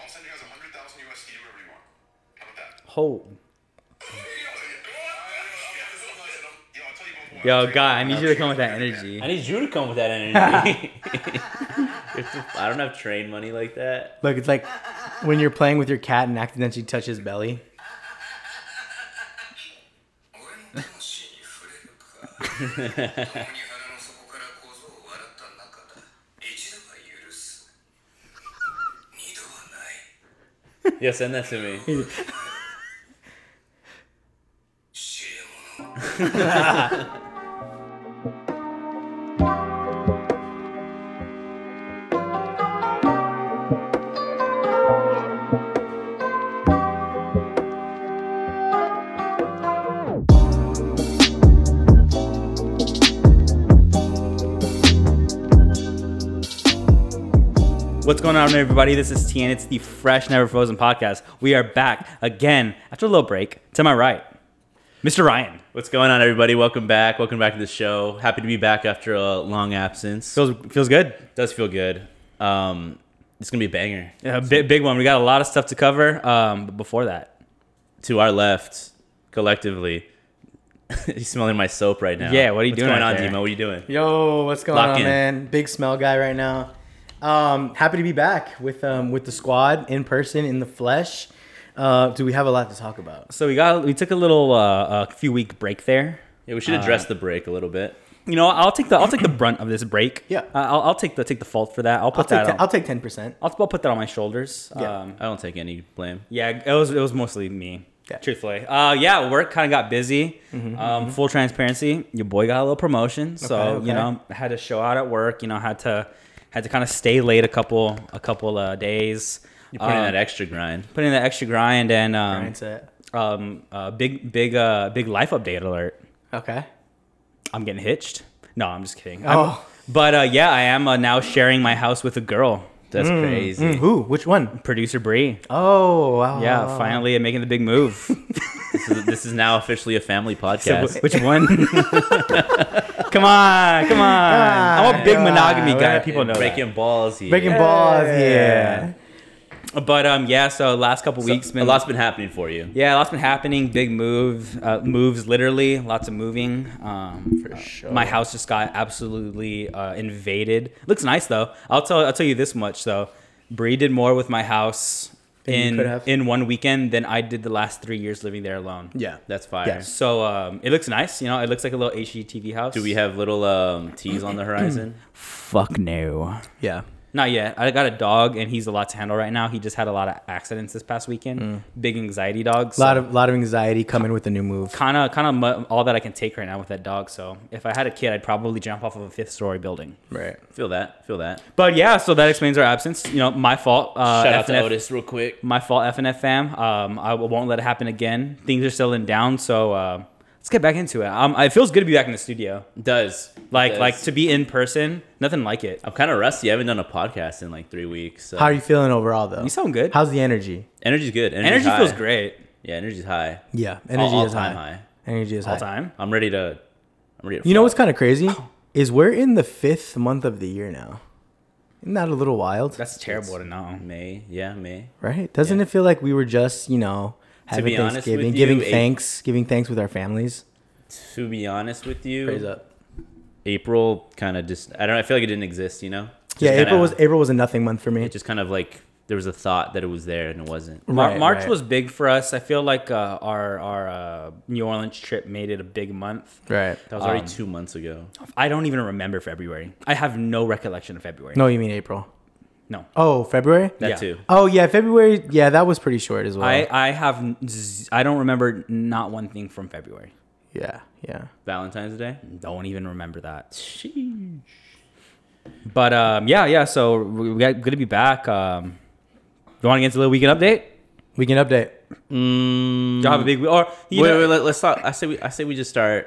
I'll send you guys 100,000 USD, do whatever you want. How about that? Hold. Yo, I'll tell you one more. Yo, guy, I need you to come with that energy. I need you to come with that energy. I don't have train money like that. Look, it's like when you're playing with your cat and accidentally touch his belly. 俺の魂に触れるか共に腹の底から小僧を笑った中だ一度は許す二度はない Yo, send that to me. 知恵 者 What's going on, everybody? This is Tian. It's the Fresh Never Frozen podcast. We are back again after a little break. To my right, Mr. Ryan. What's going on, everybody? Welcome back. Welcome back to the show. Happy to be back after a long absence. Feels feels good. does feel good. Um, it's gonna be a banger. Yeah, a big, big one. We got a lot of stuff to cover. Um, but before that, To our left, collectively, he's smelling my soap right now. Yeah, what are you What's doing going out on, there? Demo? What are you doing? Yo, what's going Lock on, in. man? Big smell guy right now. Um, happy to be back with um with the squad in person in the flesh. Uh, do we have a lot to talk about? So we got we took a little uh, a few week break there. Yeah, we should address the break a little bit. You know, I'll take the I'll take the brunt of this break. Yeah. Uh, I'll, I'll take the take the fault for that. I'll I'll put take, that. ten, on, I'll take 10%. I'll, I'll put that on my shoulders. Yeah. Um, I don't take any blame. yeah, it was it was mostly me. Yeah. Mm-hmm, Truthfully, uh, yeah, work kind of got busy. um, Full transparency, your boy got a little promotion, so Okay, okay. you know had to show out at work. You know had to had to kind of stay late a couple a couple uh, days. You Putting that extra grind. put in that extra grind and um, Mindset. um uh, big big uh big life update alert. Okay. I'm getting hitched. No, I'm just kidding. Oh. But uh, yeah, I am uh, now sharing my house with a girl, That's crazy. Who? Which one? producer Bree. mm. Oh, wow. Yeah, finally I'm making the big move. This, is, this is now officially a family So, podcast. wh- which one? come on, come on. I'm a big Ah, monogamy guy. we're- People know that. Breaking balls here. Breaking balls, yeah. But um, yeah. So last couple So, weeks, been a lot's been happening for you. yeah, a lot's been happening. Big move, uh, moves literally. Lots of moving. Um, For uh, sure. My house just got absolutely uh, invaded. Looks nice though. I'll tell I'll tell you this much though. Bree did more with my house Than you could in have. in one weekend than I did the last three years living there alone. Yeah. That's fire. Yes. So um, it looks nice. You know, it looks like a little HGTV house. Do we have little um, teas on the horizon? Fuck no. Yeah. Not yet. I got a dog, and he's a lot to handle right now. He just had a lot of accidents this past weekend. Big anxiety dogs. A Mm. lot of, lot of anxiety coming with the new move. kind of kind of mu- all that I can take right now with that dog. So if I had a kid, I'd probably jump off of a fifth story building. Right. Feel that. Feel that. But yeah, so that explains our absence. You know, my fault. Uh, Shout out to FNF Otis real quick. My fault, FNF fam. Um, I w- won't let it happen again. Things are still in down, so uh, let's get back into it. Um, it feels good to be back in the studio. Does Like Does. like to be in person, nothing like it. I'm kind of rusty. I haven't done a podcast in like three weeks. So. How are you feeling overall, though? You sound good. How's the energy? Energy's good. Energy's Energy high. feels great Yeah, energy's high. Yeah. Energy all is high. time high. Energy is all high. time. I'm ready to. I'm ready to. You know fly. what's kind of crazy? Is we're in the fifth month of the year now. Isn't that a little wild? That's terrible to know. May? Yeah, May. right? Doesn't it feel like we were just, you know, having be honest with Thanksgiving, you, giving eight- thanks, giving thanks with our families? To be honest with you, Raise up. April kind of just. I don't. I feel like it didn't exist. You know. Just Yeah, kinda- April was April was a nothing month for me. It just kind of like there was a thought that it was there and it wasn't. Mar- Right, March right. was big for us. I feel like uh, our our uh, New Orleans trip made it a big month. right. That was already Um, two months ago. I don't even remember February. I have no recollection of February. No, you mean April. No. Oh, February? That yeah. too. Oh yeah, February. Yeah, that was pretty short as well. I I have n- z- I don't remember not one thing from February. yeah, yeah. Valentine's Day. Don't even remember that. But um, yeah, yeah. So we we got good to be back. Um, you want to get into a little weekend update? We can update. Y'all Mm. have a big we- or you wait, know- wait, let, us stop. I say we. I say we just start.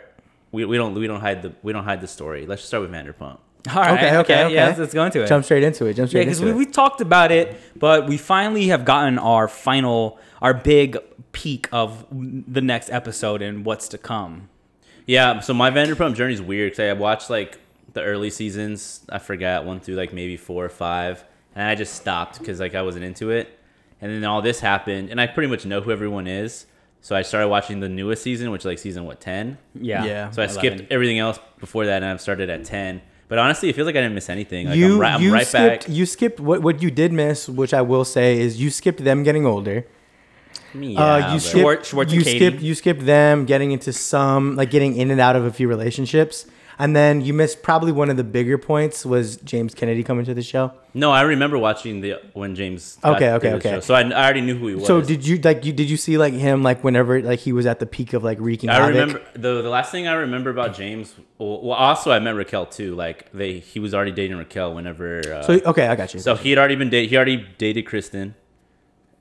We, we don't we don't hide the we don't hide the story. Let's just start with Vanderpump. All right, okay, okay, okay. Yeah, let's, let's go into it. Jump straight into it. Jump Yeah, straight because into we, it. we talked about it, but we finally have gotten our final, our big peak of the next episode and what's to come. Yeah, so my Vanderpump journey is weird because I watched like the early seasons. I forgot one through like maybe four or five, and I just stopped because like I wasn't into it. and then all this happened, and I pretty much know who everyone is. So I started watching the newest season, which is like season what ten. Yeah. Yeah. So I 11. skipped everything else before that, and I've started at ten. But honestly, it feels like I didn't miss anything. Like you I'm right, I'm you right skipped back. you skipped what what you did miss, which I will say is you skipped them getting older. Me, uh, yeah, you but- skipped Schwartz- Schwartz and you Katie. skipped you skipped them getting into some like getting in and out of a few relationships, and then you missed probably one of the bigger points was James Kennedy coming to the show. No, I remember watching the when James. Okay, to okay, the okay. show. so I, I already knew who he was. So did you like you did you see like him like whenever like he was at the peak of like wreaking? I havoc? remember the the last thing I remember about James. Well, well, also I met Raquel too. Like they, he was already dating Raquel whenever. Uh, So okay, I got you. So he had already been dating. He already dated Kristen,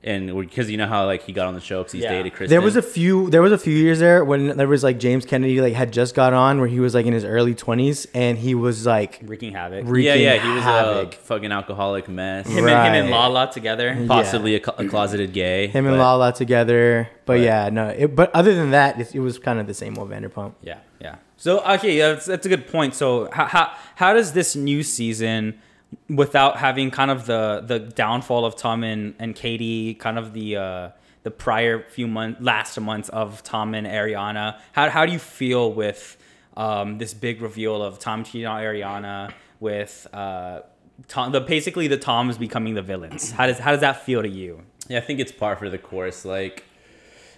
and because you know how like he got on the show because he's Yeah. dated Kristen. There was a few. There was a few years there when there was like James Kennedy like had just got on where he was like in his early twenties and he was like Wreaking havoc. Wreaking yeah, yeah. He was havoc. a fucking alcoholic mess, him, and, him and Right. Lala together. possibly a, clo- a closeted gay. him and but- Lala together. But, yeah, no. It, but other than that, it, it was kind of the same old Vanderpump. Yeah, yeah. So okay, yeah, that's, that's a good point. So how, how how does this new season, without having kind of the the downfall of Tom and, and Katie, kind of the uh, the prior few months, last months of Tom and Ariana, how how do you feel with um, this big reveal of Tom cheating on Ariana with uh, Tom, the basically the Toms becoming the villains? How does how does that feel to you? Yeah, I think it's par for the course. Like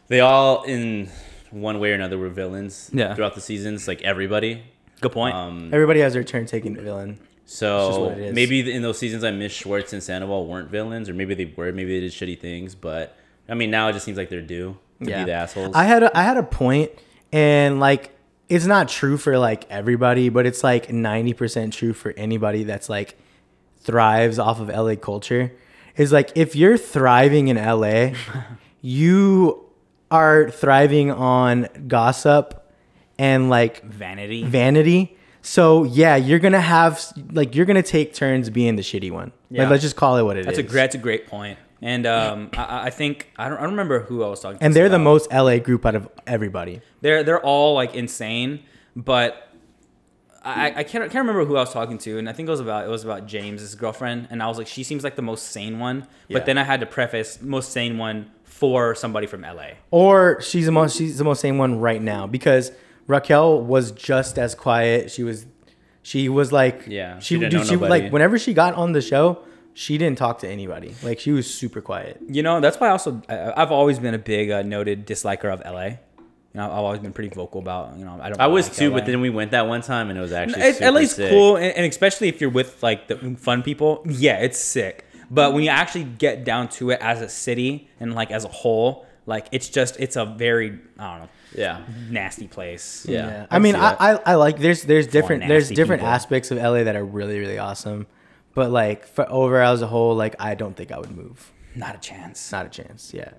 they all in one way or another were villains. Yeah. Throughout the seasons, like everybody. Good point. Um, Everybody has their turn taking the villain. just So what it is. maybe in those seasons I miss Schwartz and Sandoval weren't villains, or maybe they were. Maybe they did shitty things, but I mean now it just seems like they're due to Yeah. be the assholes. I had a, I had a point, and like it's not true for like everybody, but it's like ninety percent true for anybody that's like thrives off of LA culture. Is like if you're thriving in LA, you are thriving on gossip and like Vanity. vanity. So yeah, you're gonna have like you're gonna take turns being the shitty one. Yeah. Like let's just call it what it is. That's a great, that's a great point. And um, I- I, I think I don't, I don't remember who I was talking. to And they're the about. most LA group out of everybody. They're they're all like insane, but I, I can't can't remember who I was talking to, and I think it was about it was about James's girlfriend, and I was like, she seems like the most sane one. Yeah. But then I had to preface most sane one for somebody from LA. Or she's the most she's the most same one right now because Raquel was just as quiet. She was she was like Yeah, she, she didn't dude, know she nobody. like whenever she got on the show, she didn't talk to anybody. Like she was super quiet. You know, that's why I also I, I've always been a big uh, noted disliker of LA. You know, I've always been pretty vocal about you know I don't. I was like too, LA. but then we went that one time and it was actually It, super at least sick. cool, and, and especially if you're with like the fun people, yeah, it's sick. But when you actually get down to it as a city and like as a whole, like it's just it's a very I don't know Yeah. nasty place. Yeah. I mean, see I, that. I I like there's there's different there's nasty different people. aspects of LA that are really really awesome, but like for overall as a whole, like I don't think I would move. not a chance. Not a chance. Yeah,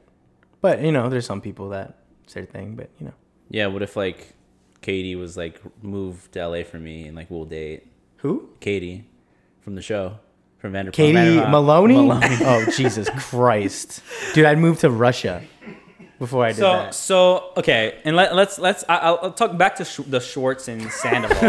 but you know, there's some people that it's their thing. But you know, Yeah, what if like Katie was like moved to LA for me and like we'll date who? Katie from the show from Vanderpump. Katie Vanderpump. Maloney? oh Jesus Christ, dude! I'd move to Russia before I did So that. so okay, and let, let's let's I, I'll, I'll talk back to Sh- the Schwartz and Sandoval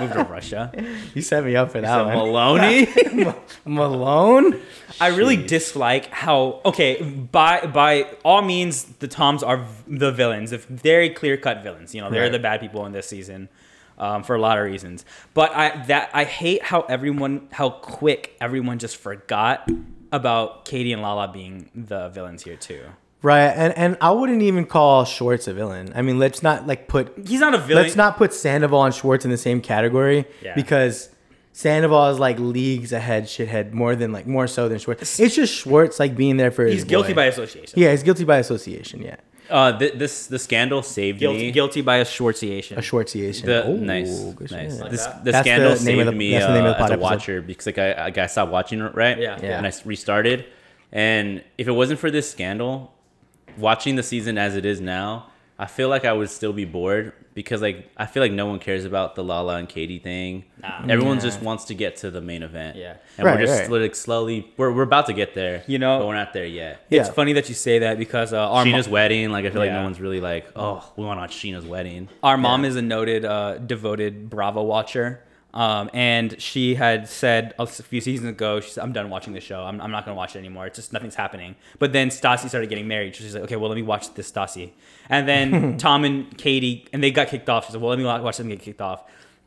moved to Russia. You set me up for that So one. Maloney. Malone? I really dislike how okay by by all means the Toms are v- the villains, if very clear cut villains. You know they're Right. the bad people in this season um, for a lot of reasons. But I that I hate how everyone how quick everyone just forgot about Katie and Lala being the villains here too. Right, and and I wouldn't even call Schwartz a villain. I mean, let's not like put He's not a villain. let's not put Sandoval and Schwartz in the same category Yeah. because Sandoval is like leagues ahead shithead more than like more so than Schwartz. It's just Schwartz like being there for He's his guilty boy. by association. yeah, he's guilty by association. Yeah, uh, th- this the scandal saved Guilty, me. guilty by association. a Schwartziation. The, Ooh, nice, Oh, good nice. shit. the s- the That's scandal the name saved of the- me that's the uh, name of the as pod a episode. watcher because like I, like I stopped watching it right, Yeah. Yeah. and I s- restarted. And if it wasn't for this scandal, watching the season as it is now, I feel like I would still be bored because like I feel like no one cares about the Lala and Katie thing. Nah. Everyone just wants to get to the main event. Yeah. and Right, we're just right. like slowly we're, we're about to get there. You know- but we're not there yet. Yeah. It's funny that you say that because uh, our mo- Sheena's wedding, like I feel like Yeah. no one's really like, oh, we want to watch Sheena's wedding. Our mom is a noted, uh, devoted Bravo watcher. Um, and she had said a few seasons ago, she said, I'm done watching this show. I'm, I'm not going to watch it anymore. It's just nothing's happening. But then Stassi started getting married. So she's like, okay, well, let me watch this Stassi. And then Tom and Katie, and they got kicked off. She's like, well, let me wa- watch them get kicked off.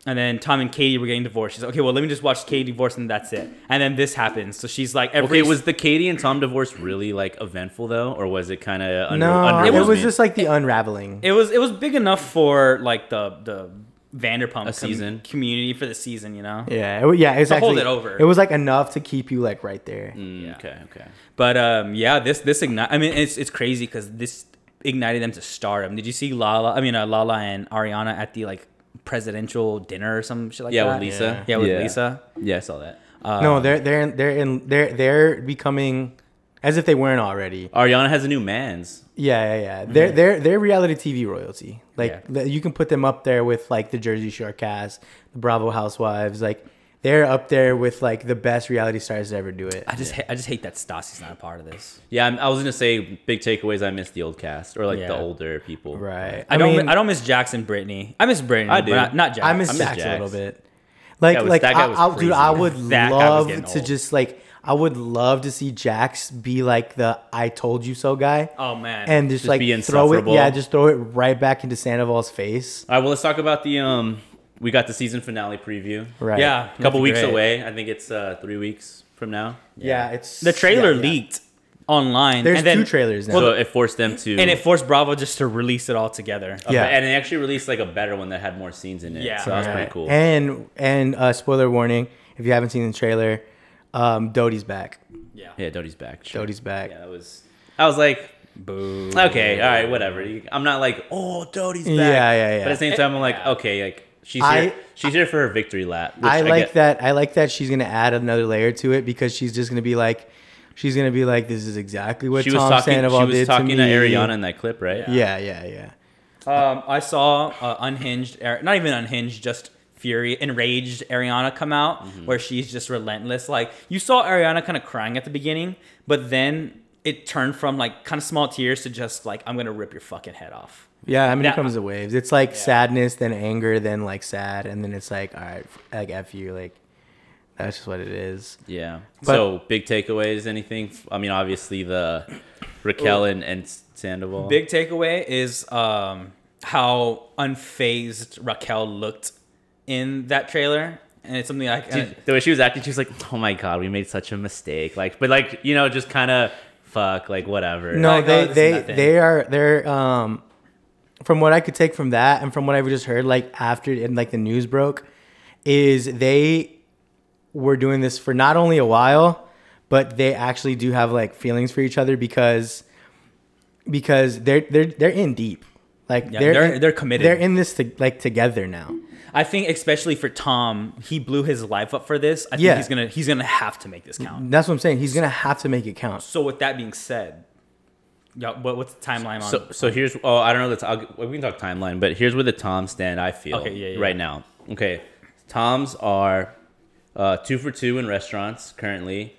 And then Tom and Katie were getting divorced. She's like, okay, well, let me just watch Katie divorce and that's it. And then this happens. So she's like, every Okay, was the Katie and Tom divorce really like eventful though, or was it kind of under, No, it was underwhelming? just like the unraveling. It was it was big enough for like the the Vanderpump A season. community for the season, you know. yeah, it, wa- yeah, To exactly. hold it over. It was like enough to keep you like right there. Mm, Okay, okay. But um, yeah, this this ignite. I mean, it's it's crazy because this ignited them to stardom. Did you see Lala? I mean, uh, Lala and Ariana at the like presidential dinner or some shit like Yeah, that. with Lisa. Uh, Yeah, with Lisa. Yeah, I saw that. no, they're they're they're in they're they're becoming as if they weren't already. Ariana has a new man's. Yeah, yeah, yeah. They're they're they're reality TV royalty. Like Mm. Yeah. th- you can put them up there with like the Jersey Shore cast, the Bravo Housewives. Like they're up there with like the best reality stars to ever do it. I just ha- I just hate that Stassi's not a part of this. Yeah, I'm, I was gonna say big takeaways. I miss the old cast or like Yeah. the older people. Right. I, don't mean, I don't miss Jackson Brittany. I miss Brittany. I do. But not, not Jackson. I miss I miss Dax a Jax. little bit. Like, guy was- like, that I, guy was I, dude, crazy. I would That guy was love getting to old. just like, I would love to see Jax be like the "I told you so" guy, Oh man. and just, Just like be throw it, insufferable. yeah, just throw it right back into Sandoval's face, All right. Well, let's talk about the um. We got the season finale preview. right? yeah, A couple weeks great. away. I think it's uh, three weeks from now. yeah. It's The trailer yeah, yeah. leaked online. There's and then, two trailers now. So it forced them to. and it forced Bravo just to release it all together. Yeah. And they actually released like a better one that had more scenes in it. Yeah. So that was pretty Right. cool. And and uh, spoiler warning, if you haven't seen the trailer, um, Doty's back. Yeah. yeah, Doty's back. Sure. Doty's back. Yeah, that was. I was like, Boo. okay, all right, whatever. You- I'm not like, oh, Doty's back. Yeah, yeah, yeah. But at the same time, I'm like, okay, like she's I- here. She's here for her victory lap. which I like get- that. I like that she's gonna add another layer to it because she's just gonna be like, she's gonna be like, this is exactly what She was Tom talking. Sandoval she was did talking to to, me. Ariana in that clip, right? Yeah, yeah, yeah. Um, I saw uh, unhinged, Ari- not even unhinged, just fury, enraged Ariana come out where she's just relentless. Like you saw Ariana kind of crying at the beginning, but then it turned from like kind of small tears to just like I'm gonna rip your fucking head off. Yeah, I mean, That- it comes in waves. It's like sadness, then anger, then like sad, and then it's like, all right, f- like f you, like that's just what it is. Yeah. But- so big takeaways, anything? I mean, obviously the Raquel and, and Sandoval. Big takeaway is um, how unfazed Raquel looked in that trailer, and it's something I She- can. the way she was acting, she was like, "Oh my god, we made such a mistake." Like, but like you know, just kind of fuck, like whatever. No, Like, oh, they this is they nothing. they are they're um from what I could take from that and from what I've just heard like after and like the news broke is they were doing this for not only a while but they actually do have like feelings for each other because because they're they're they're in deep like Yeah, they're they're- they're committed. they're in this to, like together now I think especially for Tom, he blew his life up for this. I think Yeah. he's gonna he's gonna have to make this count. that's what I'm saying he's gonna have to make it count So with that being said, yeah, what, what's the timeline on? So, so here's oh I don't know that's I'll, we can talk timeline, but here's where the Toms stand. I feel Okay, yeah, yeah. right now. Okay, Toms are uh, two for two in restaurants currently,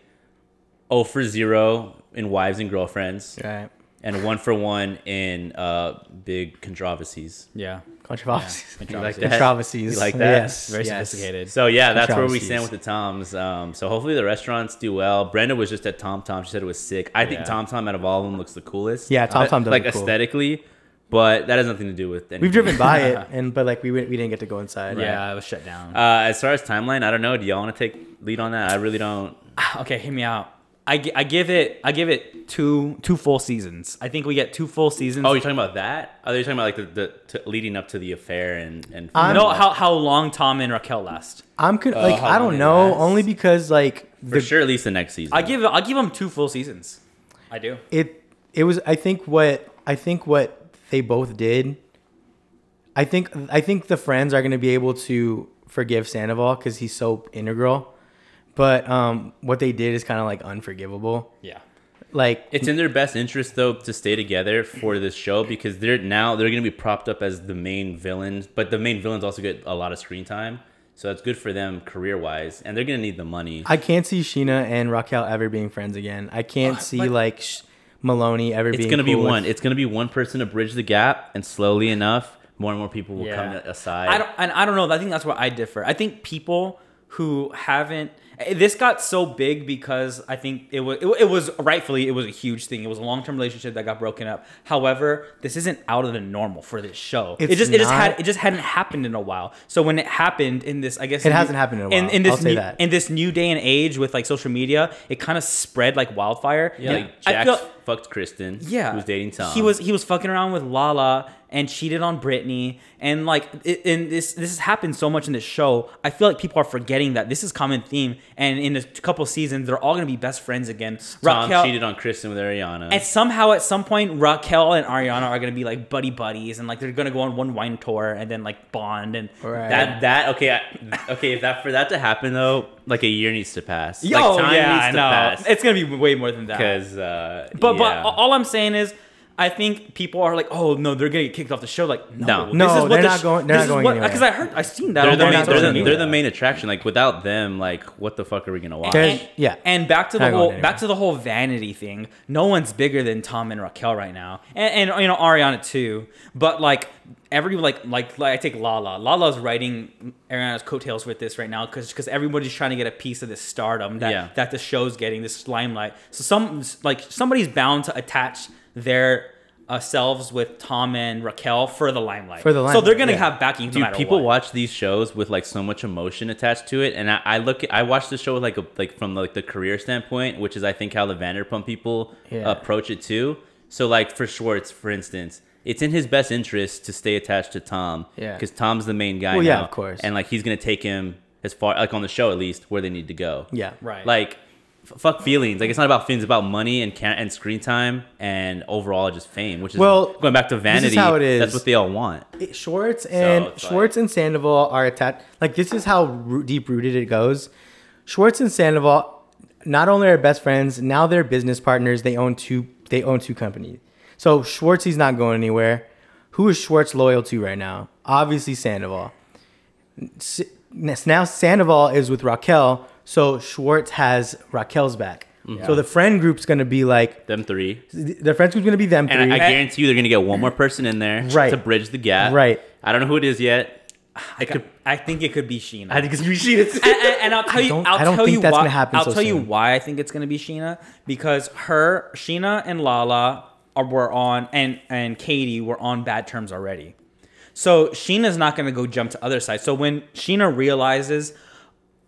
oh for zero in wives and girlfriends, right and one for one in uh, big controversies. yeah, controversies You like that? controversies You like that? yes very yes. sophisticated. So yeah, that's where we stand Controversies. with the Toms. Um, so hopefully the restaurants do well. Brenda was just at Tom Tom. She said it was sick. I think Yeah. Tom Tom out of all of them looks the coolest. Yeah, Tom Uh, Tom does like look cool. aesthetically, but that has nothing to do with. Anything. We've driven by it, and but like we went, we didn't get to go inside. yeah, it was shut down. Uh, as far as timeline, I don't know. Do y'all want to take lead on that? I really don't. Uh, okay, hear me out. I, gi- I give it I give it two two full seasons. I think we get two full seasons. Oh, you're talking about that? Oh, you're talking about like the, the t- leading up to the affair and and. I'm- no, how how long Tom and Raquel last? I'm con- like Uh, how I long don't it know, lasts. only because like for the, sure at least the next season. I give I give them two full seasons. I do. it it was. I think what I think what they both did. I think I think the friends are gonna be able to forgive Sandoval because he's so integral, but um, what they did is kind of like unforgivable. Yeah. Like it's in their best interest though to stay together for this show because they're now they're gonna be propped up as the main villains, but the main villains also get a lot of screen time, so that's good for them career wise, and they're gonna need the money. I can't see Sheena and Raquel ever being friends again. I can't see but- like Sh- Maloney ever Uh, it's being. gonna be cool with- one. It's gonna be one person to bridge the gap, and slowly enough, more and more people will Yeah. come aside. I don't, and I don't know. I think that's where I differ. I think people who haven't eh, this got so big because I think it was it, wa- it was rightfully it was a huge thing. It was a long term relationship that got broken up. However, this isn't out of the normal for this show. it It's just it just had not. it just hadn't happened in a while. So when it happened in this, I guess It in- hasn't happened in a while. this I'll say new, that. in this new day and age with like social media, it kind of spread like wildfire. Yeah, And like Jack I feel, fucked Kristen. yeah, who was dating Tom. He was he was fucking around with Lala and cheated on Britney, and like i- in this this has happened so much in this show. I feel like people are forgetting that this is common theme, and in a couple seasons they're all gonna be best friends again. Tom Raquel- cheated on Kristen with Ariana. and somehow at some point Raquel and Ariana are gonna be like buddy buddies, and like they're gonna go on one wine tour and then like bond and Right. that that okay I, okay if that for that to happen though, like a year needs to pass. Yo, like, time yeah, needs I to know. pass It's gonna be way more than that. because uh, But yeah. but all I'm saying is, I think people are like, oh no, they're gonna get kicked off the show. Like No. no, No, they're not going- they're not going anywhere. Because I heard, I seen that. they're on the one main of those they're the, videos. they're the main attraction. Like without them, like what the fuck are we gonna watch? They're- And, yeah. and back to the Not going whole anywhere. back to the whole vanity thing. No one's bigger than Tom and Raquel right now, and, and you know Ariana too. But like every like like, like I take Lala. Lala's writing Ariana's coattails with this right now because because everybody's trying to get a piece of this stardom that Yeah. that the show's getting this limelight. So some like somebody's bound to attach their uh, selves with Tom and Raquel for the limelight. For the so they're limelight, gonna yeah. have backing. no Dude, matter people what. watch these shows with like so much emotion attached to it, and I, I look, at, I watch the show with like a like from like the career standpoint, which is I think how the Vanderpump people Yeah. approach it too. So like for Schwartz, for instance, it's in his best interest to stay attached to Tom, Yeah. because Tom's the main guy. Well, yeah, now, of course. and like he's gonna take him as far like on the show at least where they need to go. Yeah. Right. Like. f- Fuck feelings. Like it's not about feelings. It's about money and can- and screen time and overall just fame, which is Well, going back to vanity. how it That's is. what they all want. It- Schwartz and it's like- Schwartz and Sandoval are attached. Like this is how roo- deep rooted it goes. Schwartz and Sandoval not only are best friends, now they're business partners. They own two. They own two companies. So Schwartz, he's not going anywhere. Who is Schwartz loyal to right now? Obviously Sandoval. S- Now Sandoval is with Raquel, so Schwartz has Raquel's back. Mm-hmm. So the friend group's gonna be like Them three. the friend group's gonna be them And three. I, I guarantee you, they're gonna get one more person in there Right. to bridge the gap. Right. I don't know who it is yet. I could. I think it could be Sheena. think it's Rashida. and, and- and I'll tell you, don't- I'll I don't tell think you that's why. gonna happen I'll so tell you soon. why I think it's gonna be Sheena because her, Sheena and Lala are were on, and and Katie were on bad terms already. So Sheena's not gonna go jump to other sides. So when Sheena realizes,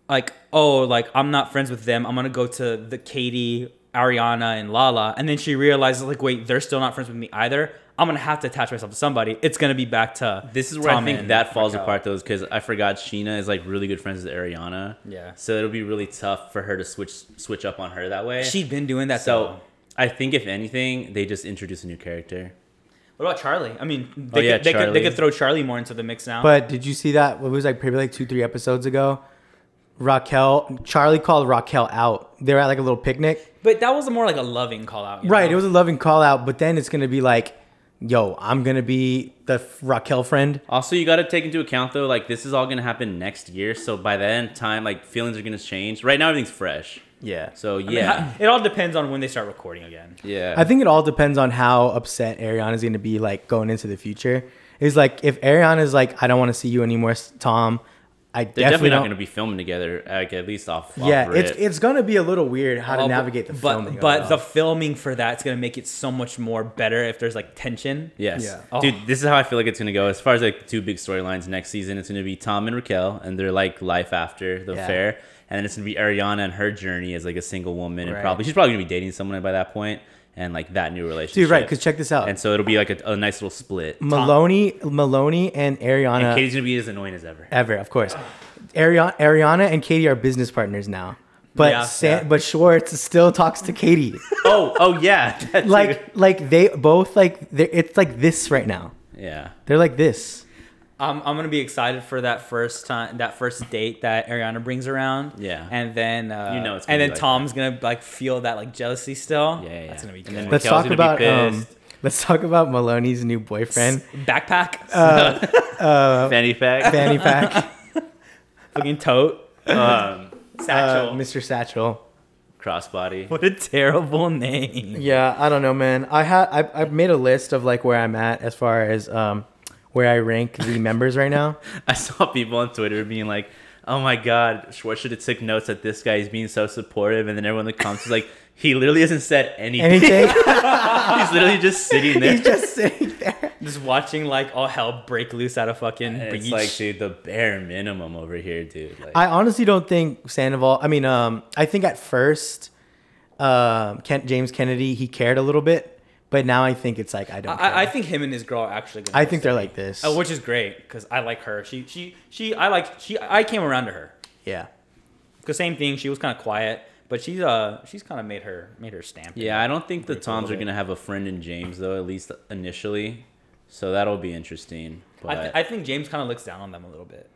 like, oh, like I'm not friends with them, I'm gonna go to the Katie, Ariana, and Lala, and then she realizes, like, wait, they're still not friends with me either. I'm gonna have to attach myself to somebody. It's gonna be back to This is where Tom I think and that falls Raquel. apart though, because I forgot Sheena is like really good friends with Ariana. Yeah. So it'll be really tough for her to switch switch up on her that way. She'd been doing that so. though. I think if anything, they just introduce a new character. What about Charlie? I mean, they, Oh, yeah, could, they, could, they Charlie. could throw Charlie more into the mix now. But did you see that? It was like probably like two, three episodes ago. Raquel, Charlie called Raquel out. They were at like a little picnic. but that was more like a loving call out. you Right. know? It was a loving call out, but then it's going to be like, yo, I'm going to be the f- Raquel friend. Also, you got to take into account though, like this is all gonna happen next year. So by then, time like feelings are gonna change. Right now, everything's fresh. Yeah. So yeah, It all depends on when they start recording again. yeah. I think it all depends on how upset Ariana is going to be like going into the future. It's like if Ariana is like, I don't want to see you anymore, s- Tom. I They're definitely, definitely, not don't. going to be filming together. Like at least off. yeah, off it's rip. it's going to be a little weird how to navigate the but, filming. of it But all. the filming for that's going to make it so much more better if there's like tension. Yes. Yeah. Oh. Dude, this is how I feel like it's gonna go. As far as like two big storylines next season, it's gonna be Tom and Raquel and their like life after the Yeah. affair. And then it's gonna be Ariana and her journey as like a single woman and Right. probably she's probably gonna be dating someone by that point and like that new relationship. dude, right? Because check this out, And so it'll be like a, a nice little split. Maloney, Maloney, and Ariana. and Katie's gonna be as annoying as ever. ever, of course. Ariana, Ariana and Katie are business partners now, but Yeah, Sa- yeah. but Schwartz still talks to Katie. oh, oh yeah. That too. like like they both like they're- it's like this right now. Yeah. They're like this. I'm, I'm going to be excited for that first time, that first date that Ariana brings around. Yeah. And then, uh, You know it's gonna and be then like Tom's going to like feel that like jealousy still. Yeah, yeah, That's yeah. going to be And then good. Let's Raquel's talk gonna about be um. pissed. Let's talk about Maloney's new boyfriend, Backpack, Fanny pack. fanny pack, fucking tote, um, uh, satchel. Mr. Satchel. crossbody. what a terrible name. Yeah, I don't know, man. I had I, I made a list of like where I'm at as far as um where I rank the members right now. I saw people on Twitter being like, "Oh my God, Schwartz should have took notes that this guy is being so supportive," and then everyone that comes is like, "He literally hasn't said anything. Anything? He's literally just sitting there." He's just sitting there. Just watching like all hell break loose out of fucking it's beach. like, dude, the bare minimum over here, dude. Like, I honestly don't think Sandoval. I mean, um, I think at first, um, Kent James Kennedy he cared a little bit, but now I think it's like I don't. care. I, I think him and his girl are actually. Gonna I be think they're like this. Oh, which is great because I like her. She, she, she. I like she. I came around to her yeah. because same thing. She was kind of quiet, but she's uh, she's kind of made her made her stamp. it. yeah, I don't think the Toms are bit. gonna have a friend in James though, at least initially. So that'll be interesting. But I, th- I think James kind of looks down on them a little bit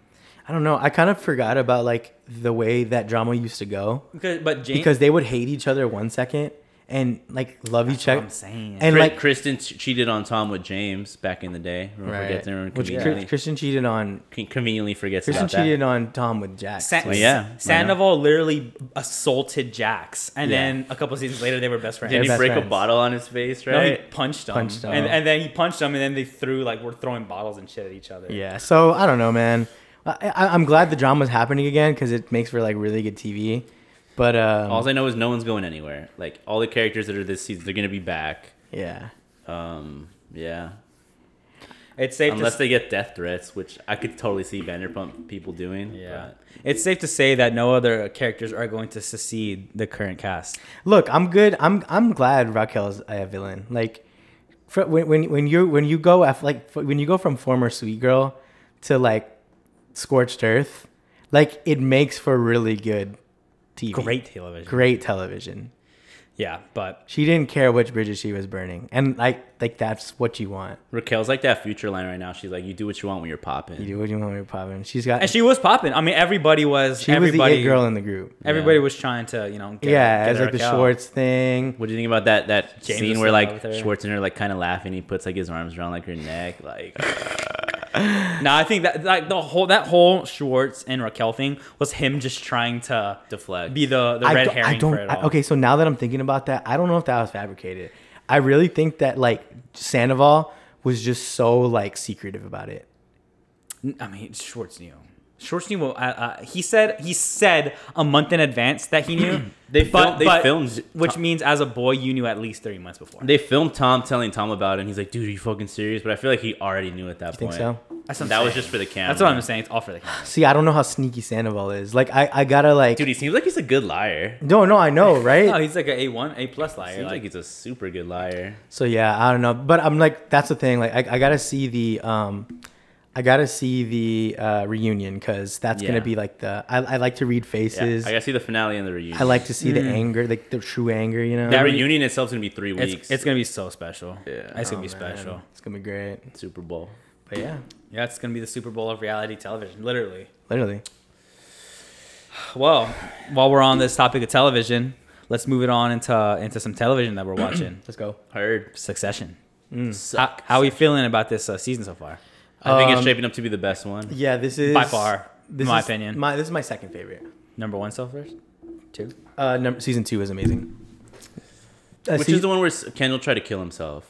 I don't know. I kind of forgot about like the way that drama used to go because, but James because they would hate each other one second and like love each what other. I'm saying. And Kri- like Kristen ch- cheated on Tom with James back in the day. Everyone forgets- everyone Which Chris- conveniently, Christian cheated on. con- conveniently forgets Christian about that. cheated on Tom with Jack. Sa- Well, yeah, I Sandoval literally assaulted Jax, and Yeah. then a couple seasons later they were best friends. Did he best break a friends. bottle on his face? No, Right. he punched him, Punched And, him. and then he punched him, and then they threw like we're throwing bottles and shit at each other. Yeah. So I don't know, man. I, I, I'm glad the drama's happening again because it makes for like really good TV. But um, All I know is no one's going anywhere. Like all the characters that are this season, they're gonna be back. yeah, Um, yeah, It's safe to unless they get death threats, which I could totally see Vanderpump people doing. Yeah. but- It's safe to say that no other characters are going to succeed the current cast. look, I'm good. I'm I'm glad Raquel's a villain. Like, fr when when when you when you go af- like f- when you go from former sweet girl to like scorched earth, like it makes for really good TV. Great television. great television. Yeah, but She didn't care which bridges she was burning, and like like that's what you want. Raquel's like that future line right now. She's like, "You do what you want when you're popping." You do what you want with your problem. She's got. and she was popping. I mean, everybody was she was the everybody it girl in the group. Everybody was trying to, you know, get yeah, get it's like the Raquel. Schwartz thing. What do you think about that that James scene was where in like love with her. Schwarzenegger like kind of laughing, he puts like his arms around like her neck, like No, I think that like the whole that whole Schwartz and Raquel thing was him just trying to deflect. be the the I red don't- herring I don't. for it I- all. okay, so now that I'm thinking about that, I don't know if that was fabricated. I really think that like Sandoval was just so like secretive about it. I mean, Schwartz knew. Schwartz knew. what- Uh, uh, he said he said a month in advance that he knew. They filmed- they filmed- which means as a boy, you knew at least three months before. they filmed Tom telling Tom about it, and he's like, "Dude, are you fucking serious?" But I feel like he already knew at that Think point. so? That's what I'm That was saying. just for the camera. That's what I'm saying. It's all for the camera. See, I don't know how sneaky Sandoval is. Like, I, I gotta like. Dude, he seems like he's a good liar. no, no, I know, right? No, he's like a A one, A plus liar. Seems like, like he's a super good liar. So yeah, I don't know, but I'm like, that's the thing. Like, I, I gotta see the, um, I gotta see the uh, reunion because that's Yeah. gonna be like the. I, I like to read Yeah, faces. I gotta see the finale and the reunion. I like to see the anger, like the true anger. You know, that reunion itself is gonna be three it's, weeks. it's gonna be so special. Yeah. it's gonna be Oh, man, special. It's gonna be great. Super Bowl. But yeah, Yeah, it's gonna be the Super Bowl of reality television, literally. literally. Well, while we're on this topic of television, let's move it on into into some television that we're watching. Let's go. Heard. Succession. How, Mm. Suck. how are we feeling about this uh, season so far? I think it's Um, shaping up to be the best one. Yeah, this is By far, This in my is opinion. My this is my second favorite. Number one so first, two. Uh, num- season two is amazing. Uh, Which sea- is the one where S- Kendall tried to kill himself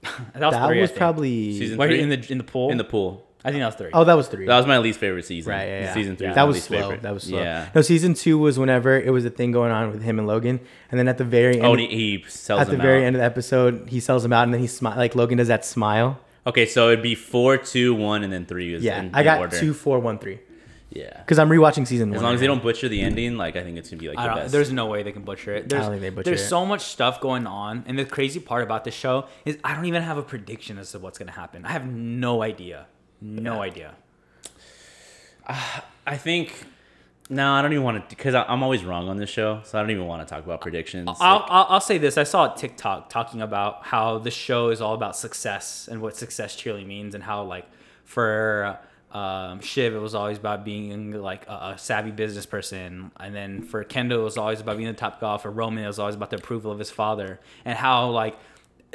That was, that three, I was think. probably Season- Where he- three? in the in the pool. in the pool. I think that was three. oh that was three. That was my least favorite season. Oh. right, yeah, yeah. Season three. That my was least slow. favorite. That was slow. Yeah. No, season two was whenever it was a thing going on with him and Logan, and then at the very end, Oh, and he, he sells at the him very out. end of the episode, he sells him out, and then he smi- like Logan does that smile. Okay, so it'd be four, two, one, and then three is Yeah, in, I in got order. two, four, one, three. Yeah. Because I'm rewatching season one. As long as they right don't butcher the ending, like I think it's gonna be like I the don't, best. there's no way they can butcher it. There's, think they butcher there's it. so much stuff going on, and the crazy part about this show is I don't even have a prediction as to what's gonna happen. I have no idea, no idea. I think. No, I don't even want to because I'm always wrong on this show, so I don't even want to talk about predictions. I'll, I'll, I'll say this: I saw a TikTok talking about how the show is all about success and what success truly means, and how like for um, Shiv it was always about being like a, a savvy business person, and then for Kendall it was always about being the top golf. For Roman it was always about the approval of his father, and how like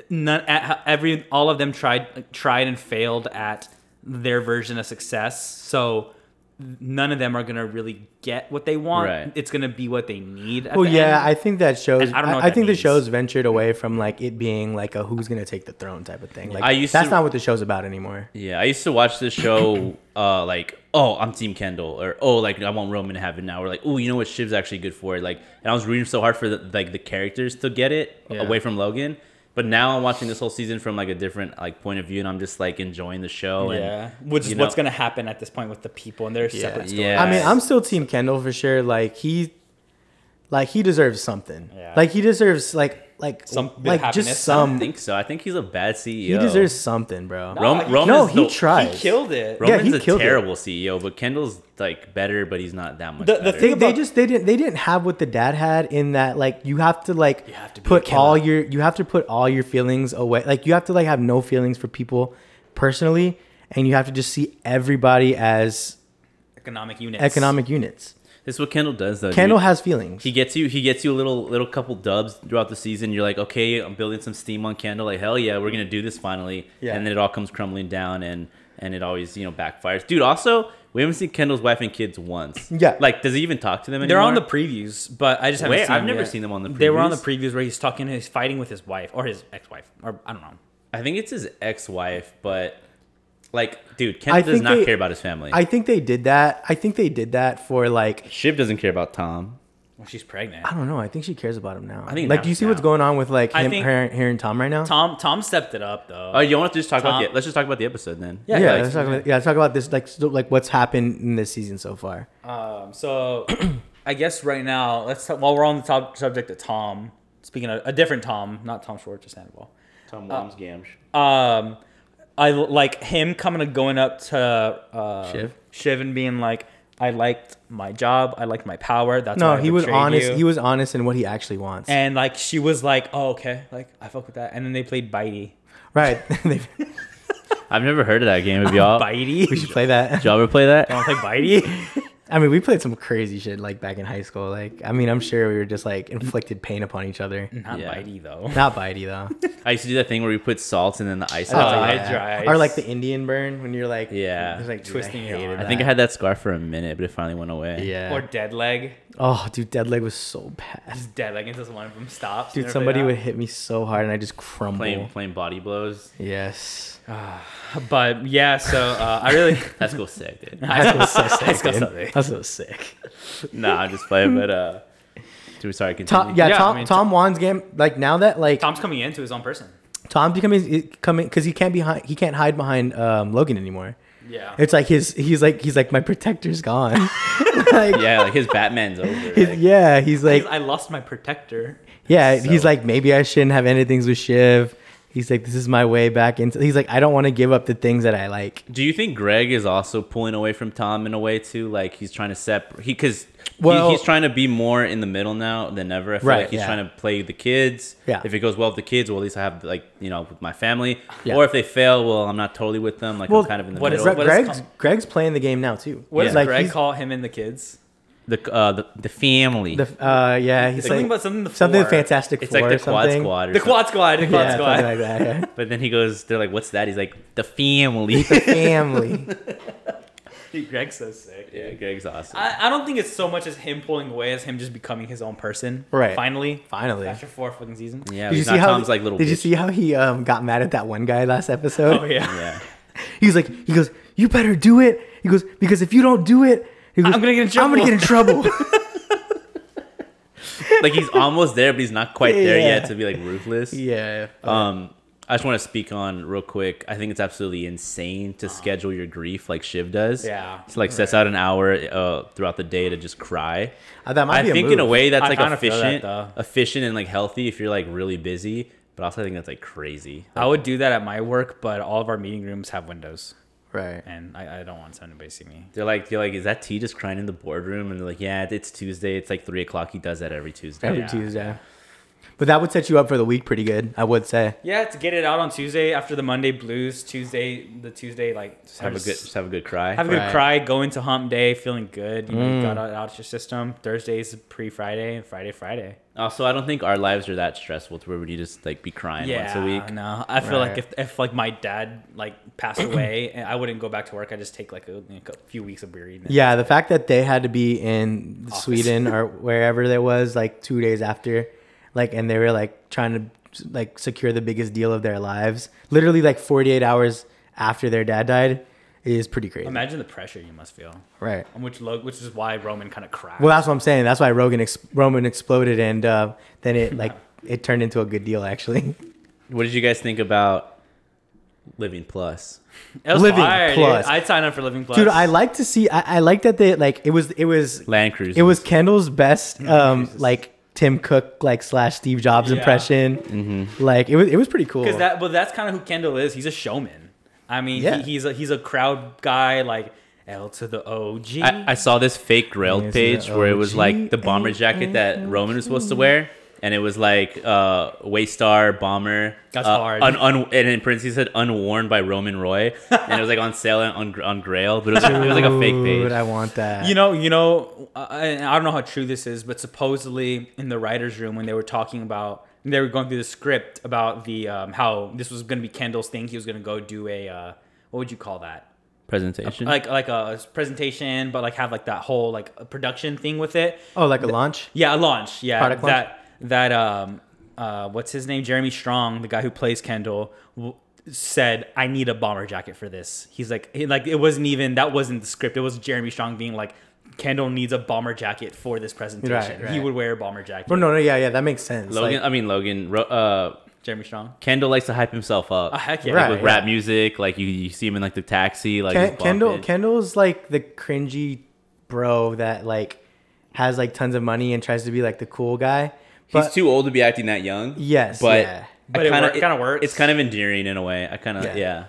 none at, how every all of them tried tried and failed at their version of success. So none of them are gonna really get what they want. Right. It's gonna be what they need. at Well, the yeah, end. I think that shows. And I, I don't know what I that think means. the show's ventured away from like it being like a who's gonna take the throne type of thing. Like I used that's to- not what the show's about anymore. Yeah, I used to watch this show uh like, oh, I'm Team Kendall or oh, like I want Roman to have it now or like, oh, you know what Shiv's actually good for like and I was rooting so hard for the, like the characters to get it Yeah. away from Logan. But now I'm watching this whole season from like a different like point of view and I'm just like enjoying the show and yeah, which is you know- what's gonna happen at this point with the people and their separate stories. Yeah. I mean, I'm still Team Kendall for sure. Like he, like he deserves something. Yeah. Like he deserves like like Some bit of like happiness. just I don't some. think so. I think he's a bad CEO. He deserves something, bro. Rom- No, Roman's no, he the- tries. He killed it. Ro- Yeah, Roman's he a killed it. terrible CEO, but Kendall's like better, but he's not that much. The- the better. thing- They, they about- just they didn't they didn't have what the dad had in that like you have to like have to be a put killer. all your you have to put all your feelings away like you have to like have no feelings for people personally and you have to just see everybody as economic units. economic units. this is what Kendall does though. Kendall dude. has feelings. he gets you he gets you a little little couple dubs throughout the season you're like okay i'm building some steam on candle like hell yeah we're gonna do this finally Yeah. and then it all comes crumbling down and and it always you know backfires dude also we haven't seen kendall's wife and kids once Yeah. like does he even talk to them anymore? They're on the previews, but I just haven't Wait, seen I've them never yet. seen them on the They were on the previews. previews where he's talking, he's fighting with his wife or his ex-wife, or I don't know. i think it's his ex-wife but like dude I kendall does think not they- care about his family I think they did that. I think they did that for like shiv doesn't care about tom Well, she's pregnant. I don't know. I think she cares about him now. I think think like now- do you see what's now. going on with like I him think- her, her and Tom right now? Tom Tom stepped it up though. oh you want to just talk about Tom- the let's just talk about the episode then yeah, Like, let's talk about, yeah, let's talk about this like so, like what's happened in this season so far. Um, so I guess right now, let's talk, while we're on the top subject of Tom. Speaking of a different Tom, not Tom Schwartz or Sandoval. tom Wam's Gamsh. Um, I l- like him coming and going up to uh, Shiv? Shiv and being like, "I liked my job. I liked my power. That's No, why I he was betrayed honest. you." He was honest in what he actually wants. and like she was like, "Oh, okay. Like I fuck with that." And then they played Bitey. right. They- i've never heard of that game of y'all did Bitey. Oh, we should play that. y'all ever play that Play Bitey. I mean, we played some crazy shit like back in high school. Like, I mean, I'm sure we were just like inflicted pain upon each other. Not Yeah. Bitey though. Not bitey though. I used to do that thing where we put salt and then the ice. Oh, on I top. dry Or ice. like the Indian burn when you're like, Yeah. it's like twisting Twisting your your arm. arm. I think I had that scar for a minute, but it finally went away. Yeah. Or dead leg. oh, dude, dead leg was so bad. Just dead leg until one of them stops. Dude, and somebody would everybody hit me so hard and I just crumble. Playing playing body blows. Yes. out. But yeah, so uh, I really. That's cool sick, dude. High school was so sick. High school school Sunday. That's so sick. nah, I'm just playing, but uh dude, sorry, continue. Tom, yeah, Yeah, I Tom, mean, Tom Wan's game. Like now that like Tom, Tom's coming into his own person. becoming coming because he can't be hi- he can't hide behind um, Logan anymore. Yeah. It's like his he's like he's like my protector's gone. like Yeah, like his Batman's over. he's- like- yeah, he's like I lost my protector. yeah, he's so- like maybe I shouldn't have anything with Shiv. He's like this is my way back into. He's like I don't want to give up the things that I like. Do you think Greg is also pulling away from Tom in a way too? Like he's trying to separate. He because Well- he's trying to be more in the middle now than ever. I feel Right, like he's yeah. trying to play the kids. Yeah. If it goes well with the kids, well at least I have like you know with my family. Yeah. Or if they fail, well I'm not totally with them. Like Well, I'm kind of in the what is middle. Gre- what Greg's Tom- Greg's playing the game now too. What does Like, Greg he's- call him and the kids? the uh, the, the family. The, uh, yeah, he's Something like about something the something four. Fantastic it's Four like the or quad something. squad. Or The quad squad. The quad yeah, squad. something like that. yeah. But then he goes, they're like, "What's that?" He's like, "The family." Family. Dude, Greg's so sick. yeah, Greg's Uh, awesome. I, I don't think it's so much as him pulling away as him just becoming his own person. Right. Finally. Finally. After four fucking seasons. yeah, Did you he's see not how? Tom's like little. did you bitch. see how he um, got mad at that one guy last episode? Oh yeah. Yeah, He's like, he goes, you better do it. He goes, because if you don't do it, he goes, I'm gonna get in I'm gonna get in trouble. like he's almost there, but he's not quite there Yeah. yet to be like ruthless. yeah. Um, I just want to speak on real quick. I think it's absolutely insane Uh-huh. to schedule your grief like Shiv does. Yeah. it's like sets out an hour uh, throughout the day to just cry. Uh, that might I be think a move. in a way that's I like kinda feel that, efficient, though. efficient and like healthy if you're like really busy. But also, I think that's like crazy. I would do that at my work, but all of our meeting rooms have windows, right. and I, I don't want someone to see me. They're like, they're like, is that T just crying in the boardroom? And they're like, yeah, it's Tuesday. It's like three o'clock. He does that every Tuesday. Every Yeah. Tuesday. But that would set you up for the week pretty good, I would say. Yeah, to get it out on Tuesday after the Monday blues, Tuesday the Tuesday like just Have a good, just have a good cry. have a good Right. cry, go into hump day feeling good. You know, you got it out of your system. Thursday's pre Friday and Friday Friday. also, I don't think our lives are that stressful to where we just like be crying Yeah, once a week. No, I feel like Right. if, if like my dad like passed away, and I wouldn't go back to work. I just take like a, like, a few weeks of bereavement. Yeah, the fact that they had to be in Sweden or wherever that was, like two days after, like, and they were like trying to like secure the biggest deal of their lives, literally like 48 hours after their dad died, is pretty crazy. Imagine the pressure you must feel. Right. And Which lo- which is why Roman kind of crashed. Well, that's what I'm saying. That's why Rogan ex- Roman exploded, and uh, then it like it turned into a good deal actually. What did you guys think about Living Plus? It was Living fire, dude. Plus. I'd sign up for Living Plus. Dude, I like to see. I, I like that they like it was it was Land Cruise. it was Kendall's best Mm-hmm. um like Tim Cook like slash Steve Jobs Yeah. impression. Like it was it was pretty cool. because that. But that's kind of who Kendall is. He's a showman. I mean, Yeah. he, he's a he's a crowd guy. Like L to the OG. I, I saw this fake Grail Is page it where it was like the OG? bomber jacket that Roman was supposed to wear, and it was like uh, Waystar bomber. That's uh, hard. Un, un, and in parentheses it said unworn by Roman Roy, and it was like on sale on on Grail, but it was, it was like a fake Dude, I page. want that. You know, you know, I, I don't know how true this is, but supposedly in the writers' room when they were talking about, they were going through the script about the um, how this was going to be Kendall's thing. He was going to go do a uh, what would you call that? Presentation. Like like a presentation, but like have like that whole like a production thing with it. oh, like a launch. Yeah, a launch. Yeah, Product launch? that that um uh what's his name? Jeremy Strong, the guy who plays Kendall. W- said i need a bomber jacket for this he's like he, like it wasn't even that wasn't the script it was jeremy strong being like kendall needs a bomber jacket for this presentation Right, he right. would wear a bomber jacket But Oh, no, no, yeah, yeah, that makes sense. Logan, Like, I mean Logan. Ro- uh, jeremy strong Kendall likes to hype himself up. oh heck yeah Right. With rap music, like you, you see him in like the taxi, like Ken- he's Kendall bumping. Kendall's like the cringy bro that like has like tons of money and tries to be like the cool guy. But he's too old to be acting that young. Yes, but yeah. But it kind wor- kinda works. It's kind of endearing in a way. I kind of Yeah. yeah.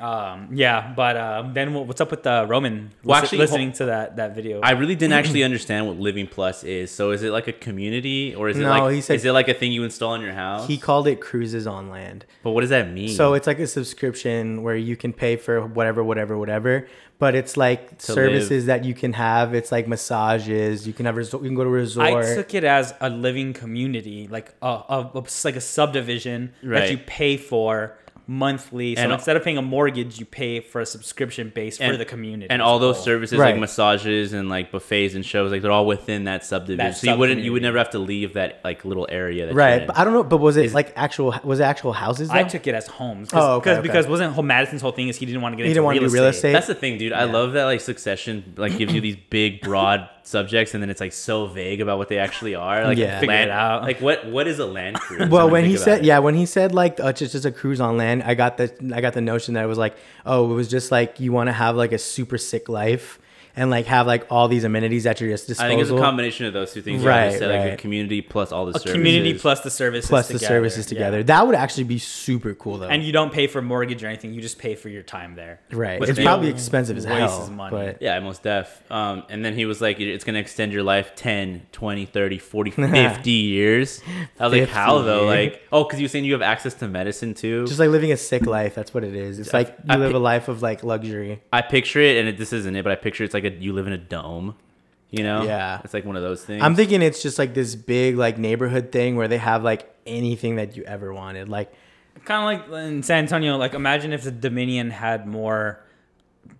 um yeah but um then what- what's up with uh roman Well, Listen- actually, listening to that that video I really didn't actually understand what Living Plus is. So is it like a community or is it No, like he said- is it like a thing you install in your house? he called it cruises on land. but what does that mean? So it's like a subscription where you can pay for whatever, whatever, whatever. But it's like services that you can have. It's like massages. You can have resort. You can go to a resort. I took it as a living community, like a, a, a- like a subdivision that Right. you pay for monthly. So And- instead of paying a mortgage, you pay for a subscription base for And- the community. and as all a those whole. services Right. like massages and like buffets and shows, like they're all within that subdivision. That so you wouldn't you sub-community. would never have to leave that like little area. That right, You're but I don't know. But was it like actual? Was it actual houses? Though? I took it as homes. Oh, okay, 'cause- okay. Because wasn't whole Madison's whole thing is he didn't want to get He into didn't want to real, do real estate. estate. That's the thing, dude. I love that like Succession like gives you these big, broad subjects, and then it's like so vague about what they actually are. Like Yeah. Figure land, it out. Like what what is a land cruise? well, I when think he about said, it. yeah, when he said like oh, it's just, just a cruise on land, I got the I got the notion that it was like, oh, it was just like you want to have like a super sick life and like have like all these amenities at your dis- disposal. I think it's a combination of those two things. Right, Right, you said, Like right. the community plus all the A services. community plus the services plus the together. services yeah. together. That would actually be super cool though. And you don't pay for mortgage or anything. You just pay for your time there. right, Which it's they probably don't expensive as waste hell. his money. But Yeah, most def. Um, and then he was like, it's going to extend your life 10, 20, 30, 40, 50 years. I was like, 50 how though? years. Like, oh, because you were saying you have access to medicine too. just like living a sick life, that's what it is. It's like you I live pi- a life of like luxury. I picture it, and it, this isn't it, but I picture it's like a, you live in a dome, you know? Yeah. It's like one of those things. I'm thinking it's just like this big like neighborhood thing where they have like anything that you ever wanted. Like Kind of like in San Antonio. Like imagine if the Dominion had more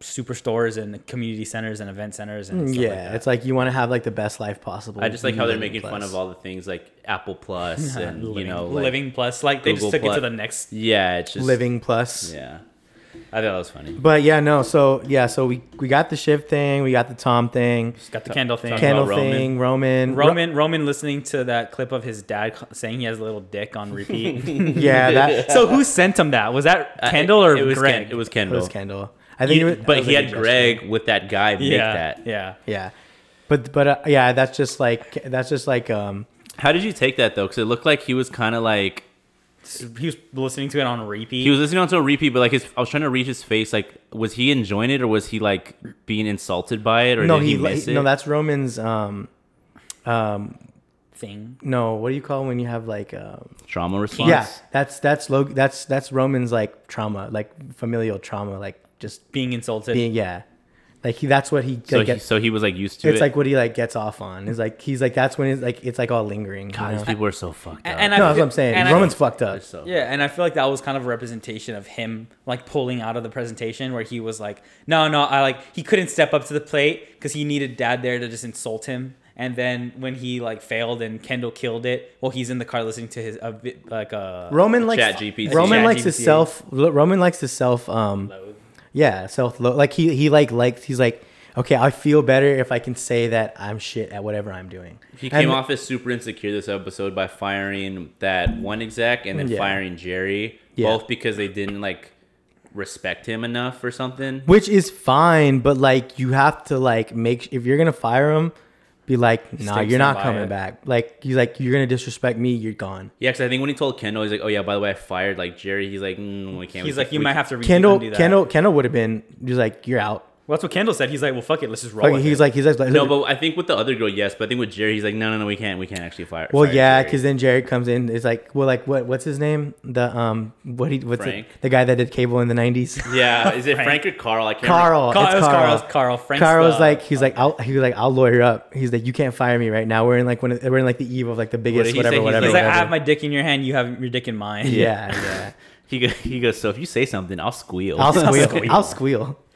superstores and community centers and event centers and stuff Mm, yeah, like that. it's like you want to have like the best life possible. I just like how they're Living making fun Plus. of all the things like Apple Plus and, you know, like, living plus like they Google just took it Plus. to the next Yeah, it's just. living plus. Yeah. I thought that was funny. But yeah, no. So yeah, so we we got the shift thing, we got the Tom thing, got the candle thing Talk Kendall about Roman. thing, Roman, Ro- roman roman listening to that clip of his dad c- saying he has a little dick on repeat yeah, that so who sent him that was that kendall or it was greg Ken- it was that Kendall. was Kendall. I think, You- it was, that but was he a had good gesture. Greg with that guy make yeah that. yeah Yeah, but but uh, yeah, that's just like that's just like um How did you take that though? Because it looked like he was kind of like he was listening to it on repeat he was listening onto a repeat, but like his I was trying to read his face. Like, was he enjoying it or was he like being insulted by it or no did he, he, miss he it? no that's Roman's um um thing. No, what do you call when you have like um, Trauma response. yeah, that's that's log- that's that's Roman's like trauma, like familial trauma, like just Being insulted. being yeah, like he, that's what he So, like, he, gets. so he was like used to it's it. like what he like gets off on. Is like he's like that's when it's like it's like all lingering. God, you these know? people are so fucked A- up. and I No, that's feel- what I'm saying. and I- Roman's fucked up. They're so- Yeah, and I feel like that was kind of a representation of him like pulling out of the presentation where he was like, no, no, I like he couldn't step up to the plate because he needed dad there to just insult him. And then when he like failed and Kendall killed it, well, he's in the car listening to his a bit like uh, a Roman likes ChatGPT. Roman Chat likes to GPT. self. Roman likes to self. Um, yeah, self. lo- Like he he like likes. He's like, okay, I feel better if I can say that I'm shit at whatever I'm doing. He came And- off as super insecure this episode by firing that one exec and then Yeah. firing Jerry, Yeah. both because they didn't like respect him enough or something. which is fine, but like you have to like make if you're gonna fire him, be like, nah, Stick you're not somebody coming it. back. Like he's like, you're gonna disrespect me, you're gone. Yeah, because I think when he told Kendall, he's like, "Oh yeah, by the way, I fired like Jerry." He's like, mm, "We can't." He's we- like, you we- might have to redo Kendall, undo that." Kendall, Kendall would have been. He's like, you're out. Well, that's what Kendall said. He's like, well, fuck it, let's just roll. Like, with he's it. like, he's like, No, but I think with the other girl, yes. But I think with Jerry, he's like, "No, no, no, we can't. We can't actually fire." well, fire yeah, Jerry." because then Jared comes in. It's like, well, like what? What's his name? The um, what he what's it, Frank. the guy that did cable in the '90s? yeah, is it Frank or Carl? I can't. remember. Carl. Carl, it's it was Carl. Carl, it was Carl. Frank's Carl's the- like he's like I'll he was like I'll lawyer up. He's like you can't fire me right now. We're in like one of, we're in like the eve of like the biggest he whatever say? He's whatever. He's like, I whatever. have my dick in your hand. You have your dick in mine. yeah, yeah. He go, he goes. So if you say something, I'll squeal. I'll squeal. I'll squeal.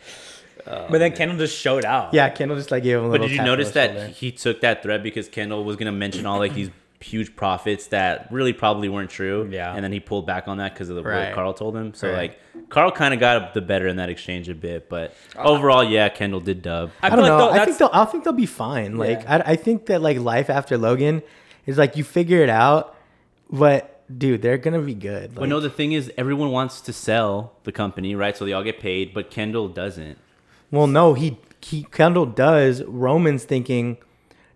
But then Kendall just showed out. Yeah, Kendall just like gave him a But little. did you tap on notice the that shoulder. he took that thread because Kendall was gonna mention all like these huge profits that really probably weren't true. Yeah. And then he pulled back on that because of the Right. what Carl told him. So Right. like Carl kind of got the better in that exchange a bit, but overall, yeah, Kendall did dub. I, Uh, I feel don't know. like though, I that's think they'll. I think they'll be fine. Like I, I think that like life after Logan is like you figure it out, but dude, they're gonna be good. but Like, no, the thing is, everyone wants to sell the company, right? So they all get paid, but Kendall doesn't. well, no, he, he Kendall does. Roman's thinking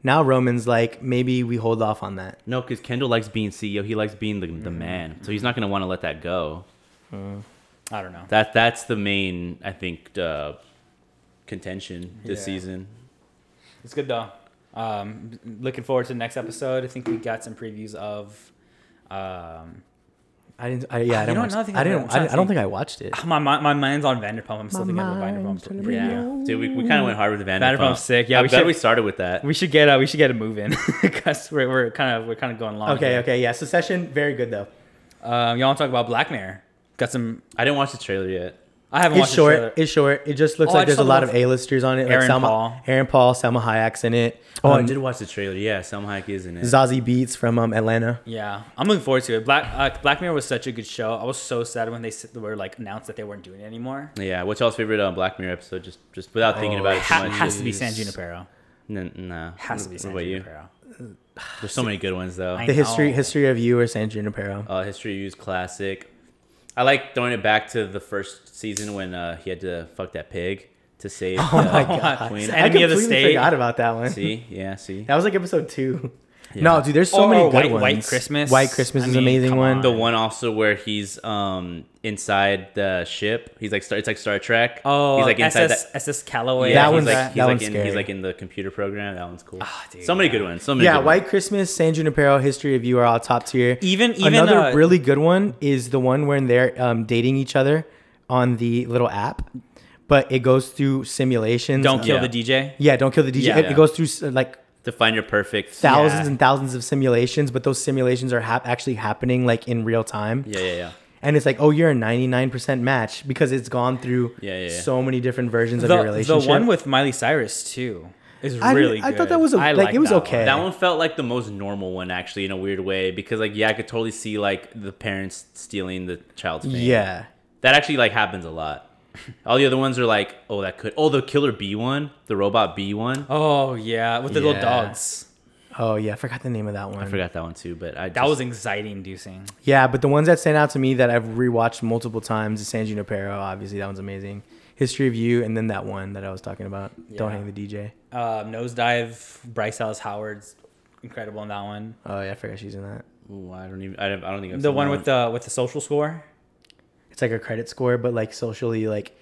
now. Roman's like maybe we hold off on that. No, because Kendall likes being CEO. He likes being the, Mm. the man. So he's not gonna want to let that go. I don't know. That that's the main, I think, uh, contention this season. It's good though. Um, looking forward to the next episode. I think we got some previews of. Um, I didn't. I, yeah, I You didn't. know Watch, another thing I I didn't. read? I'm I, trying didn't- to I don't think. think I watched it. my, my my mind's on Vanderpump. I'm still thinking about mind's Vanderpump. telling me Yeah. no. Dude, we, we kind of went hard with Vanderpump. Vanderpump's sick. Yeah, I we bet should- we started with that. We should get uh, we should get a move in because we're, we're kind of we're kind of going long. Okay. here. Okay. Yeah. Secession. Very good though. Um, y'all want to talk about Black Mirror? Got some. I didn't watch the trailer yet. I haven't It's watched. the trailer. short. It's short. It just looks Oh, I like just there's a saw lot the- of A-listers on it. Aaron like Salma, Paul. Aaron Paul, Selma Hayek's in it. Oh, I Um, did watch the trailer. Yeah, Sam Hike is in it. Zazie Beats from um, Atlanta. Yeah, I'm looking forward to it. Black uh, Black Mirror was such a good show. I was so sad when they s- were like announced that they weren't doing it anymore. yeah, what's y'all's favorite uh, Black Mirror episode? Just just without thinking about it too Oh, Ha- much. has to be just- San Junipero. N- nah. Has to be What San about you? Junipero. There's so many good ones though. I The history know. history of you or San Junipero. Uh, History used classic. I like throwing it back to the first season when uh, he had to fuck that pig to save. Oh my God. Queen. And- Enemy of the State. forgot about that one. see, yeah, see. That was like episode two. No, dude, there's so Or- many or good Oh, White- ones. White Christmas. White Christmas I is mean, an amazing come one. on. The one also where he's um inside the ship. He's like Star. It's like Star Trek. Oh, he's like inside SS, SS Calloway. That he's one's- like, he's that like one's in, scary. Ah, He's like in the computer program. That one's cool. dude, so many yeah. good ones. So many. yeah, good White Ones. Christmas, San Junipero, History of You are all top tier. Even- even, another uh, really good one is the one when they're um, dating each other on the little app, but it goes through simulations. Don't of- kill Yeah. the DJ. Yeah, don't kill the DJ. Yeah. it, it goes through uh, like To find your perfect. thousands Yeah. and thousands of simulations, but those simulations are hap actually happening like in real time. Yeah, yeah, yeah. And it's like, oh, you're a 99% match because it's gone through Yeah, yeah, yeah. so many different versions of your The, the relationship. one with Miley Cyrus too is I didn't- really. I good. thought that was o- I like, it liked was that okay. one. That one felt like the most normal one, actually, in a weird way, because like, yeah, I could totally see like the parents stealing the child's fame. yeah. that actually like happens a lot. All the other ones are like, oh, that could. Oh, the killer bee one, the robot bee one. Oh yeah, with the Yeah. little dogs. Oh, yeah. I forgot the name of that one. I forgot that one too, but I That just- was anxiety inducing. Yeah, but the ones that stand out to me that I've rewatched multiple times is San Junipero. Obviously, that one's amazing. History of You, and then that one that I was talking about. Don't Yeah. hang the DJ. Uh, Nosedive. Bryce Dallas Howard's incredible in that one. Oh yeah, I forgot she's in that. Ooh, I don't even. I don't, I don't think I've The seen one that with the with the social score. It's like a credit score, but like socially, like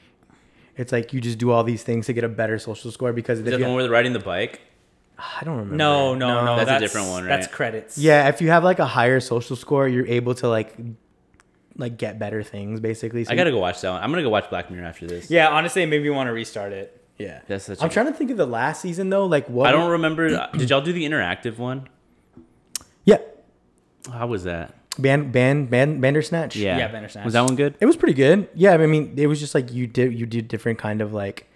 it's like you just do all these things to get a better social score because Is that the one where they're riding the bike? I don't remember. No, no, no. No. That's a different one, That's right? credits. Yeah, if you have like a higher social score, you're able to like like get better things basically. So I gotta go watch that one. I'm gonna go watch Black Mirror after this. Yeah, honestly, it made me want to restart it. yeah. That's such I'm a- trying to think of the last season though, like what I Oh. don't remember. uh, did y'all do the interactive one? Yeah. How was that? Band band band Bandersnatch. Yeah, Yeah, Bandersnatch. Was that one good? It was pretty good. Yeah, I mean it was just like you did you did different kind of like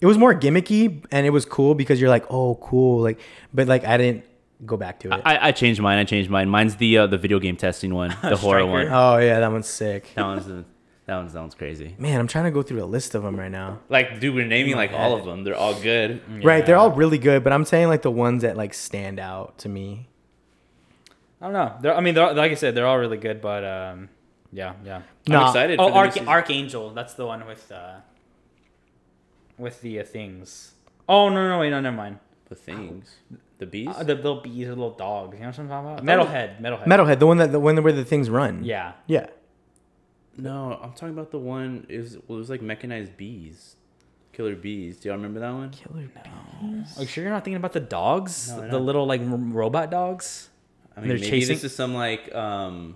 it was more gimmicky and it was cool because you're like, "Oh, cool." Like but like I didn't go back to it. I, I changed mine. I changed mine. Mine's the uh, the video game testing one, the horror one. Striker. oh, yeah, that one's sick. That one's the, that one's that one's crazy. Man, I'm trying to go through a list of them right now. Like, dude, we're naming like all of them. They're all good. Mm-hmm. Right, they're all really good, but I'm saying like the ones that like stand out to me. I don't know. They're, I mean, they're, like I said, they're all really good, but um, yeah, yeah. I'm Nah. excited. Oh, for the new Arch- season. Archangel. That's the one with uh, with the uh, things. Oh no, no, wait, no, never mind. the things, the bees. Uh, the little bees, the little dogs. You know what I'm talking about? thought Metalhead, Metalhead. Metalhead, the one that the one where the things run. Yeah. Yeah. no, I'm talking about the one. It was, well, it was like mechanized bees, killer bees. Do y'all remember that one? Are you sure you're not thinking about the dogs? No, I the don't. little like r- robot dogs. I mean, They're maybe chasing- this is some like um,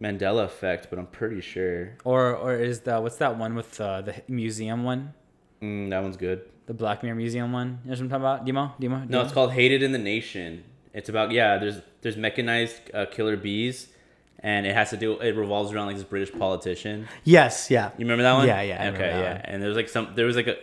Mandela effect, but I'm pretty sure Or or is that what's that one with uh, the museum one? mm, that one's good. The Black Mirror museum one. You know what I'm talking about? Demo, Demo. No, it's called Hated in the Nation. It's about yeah. There's there's mechanized uh, killer bees, and it has to do. It revolves around like this British politician. Yes, yeah. You remember that one? Yeah, yeah, I remember Okay, that yeah. one. And there was like some. There was like a.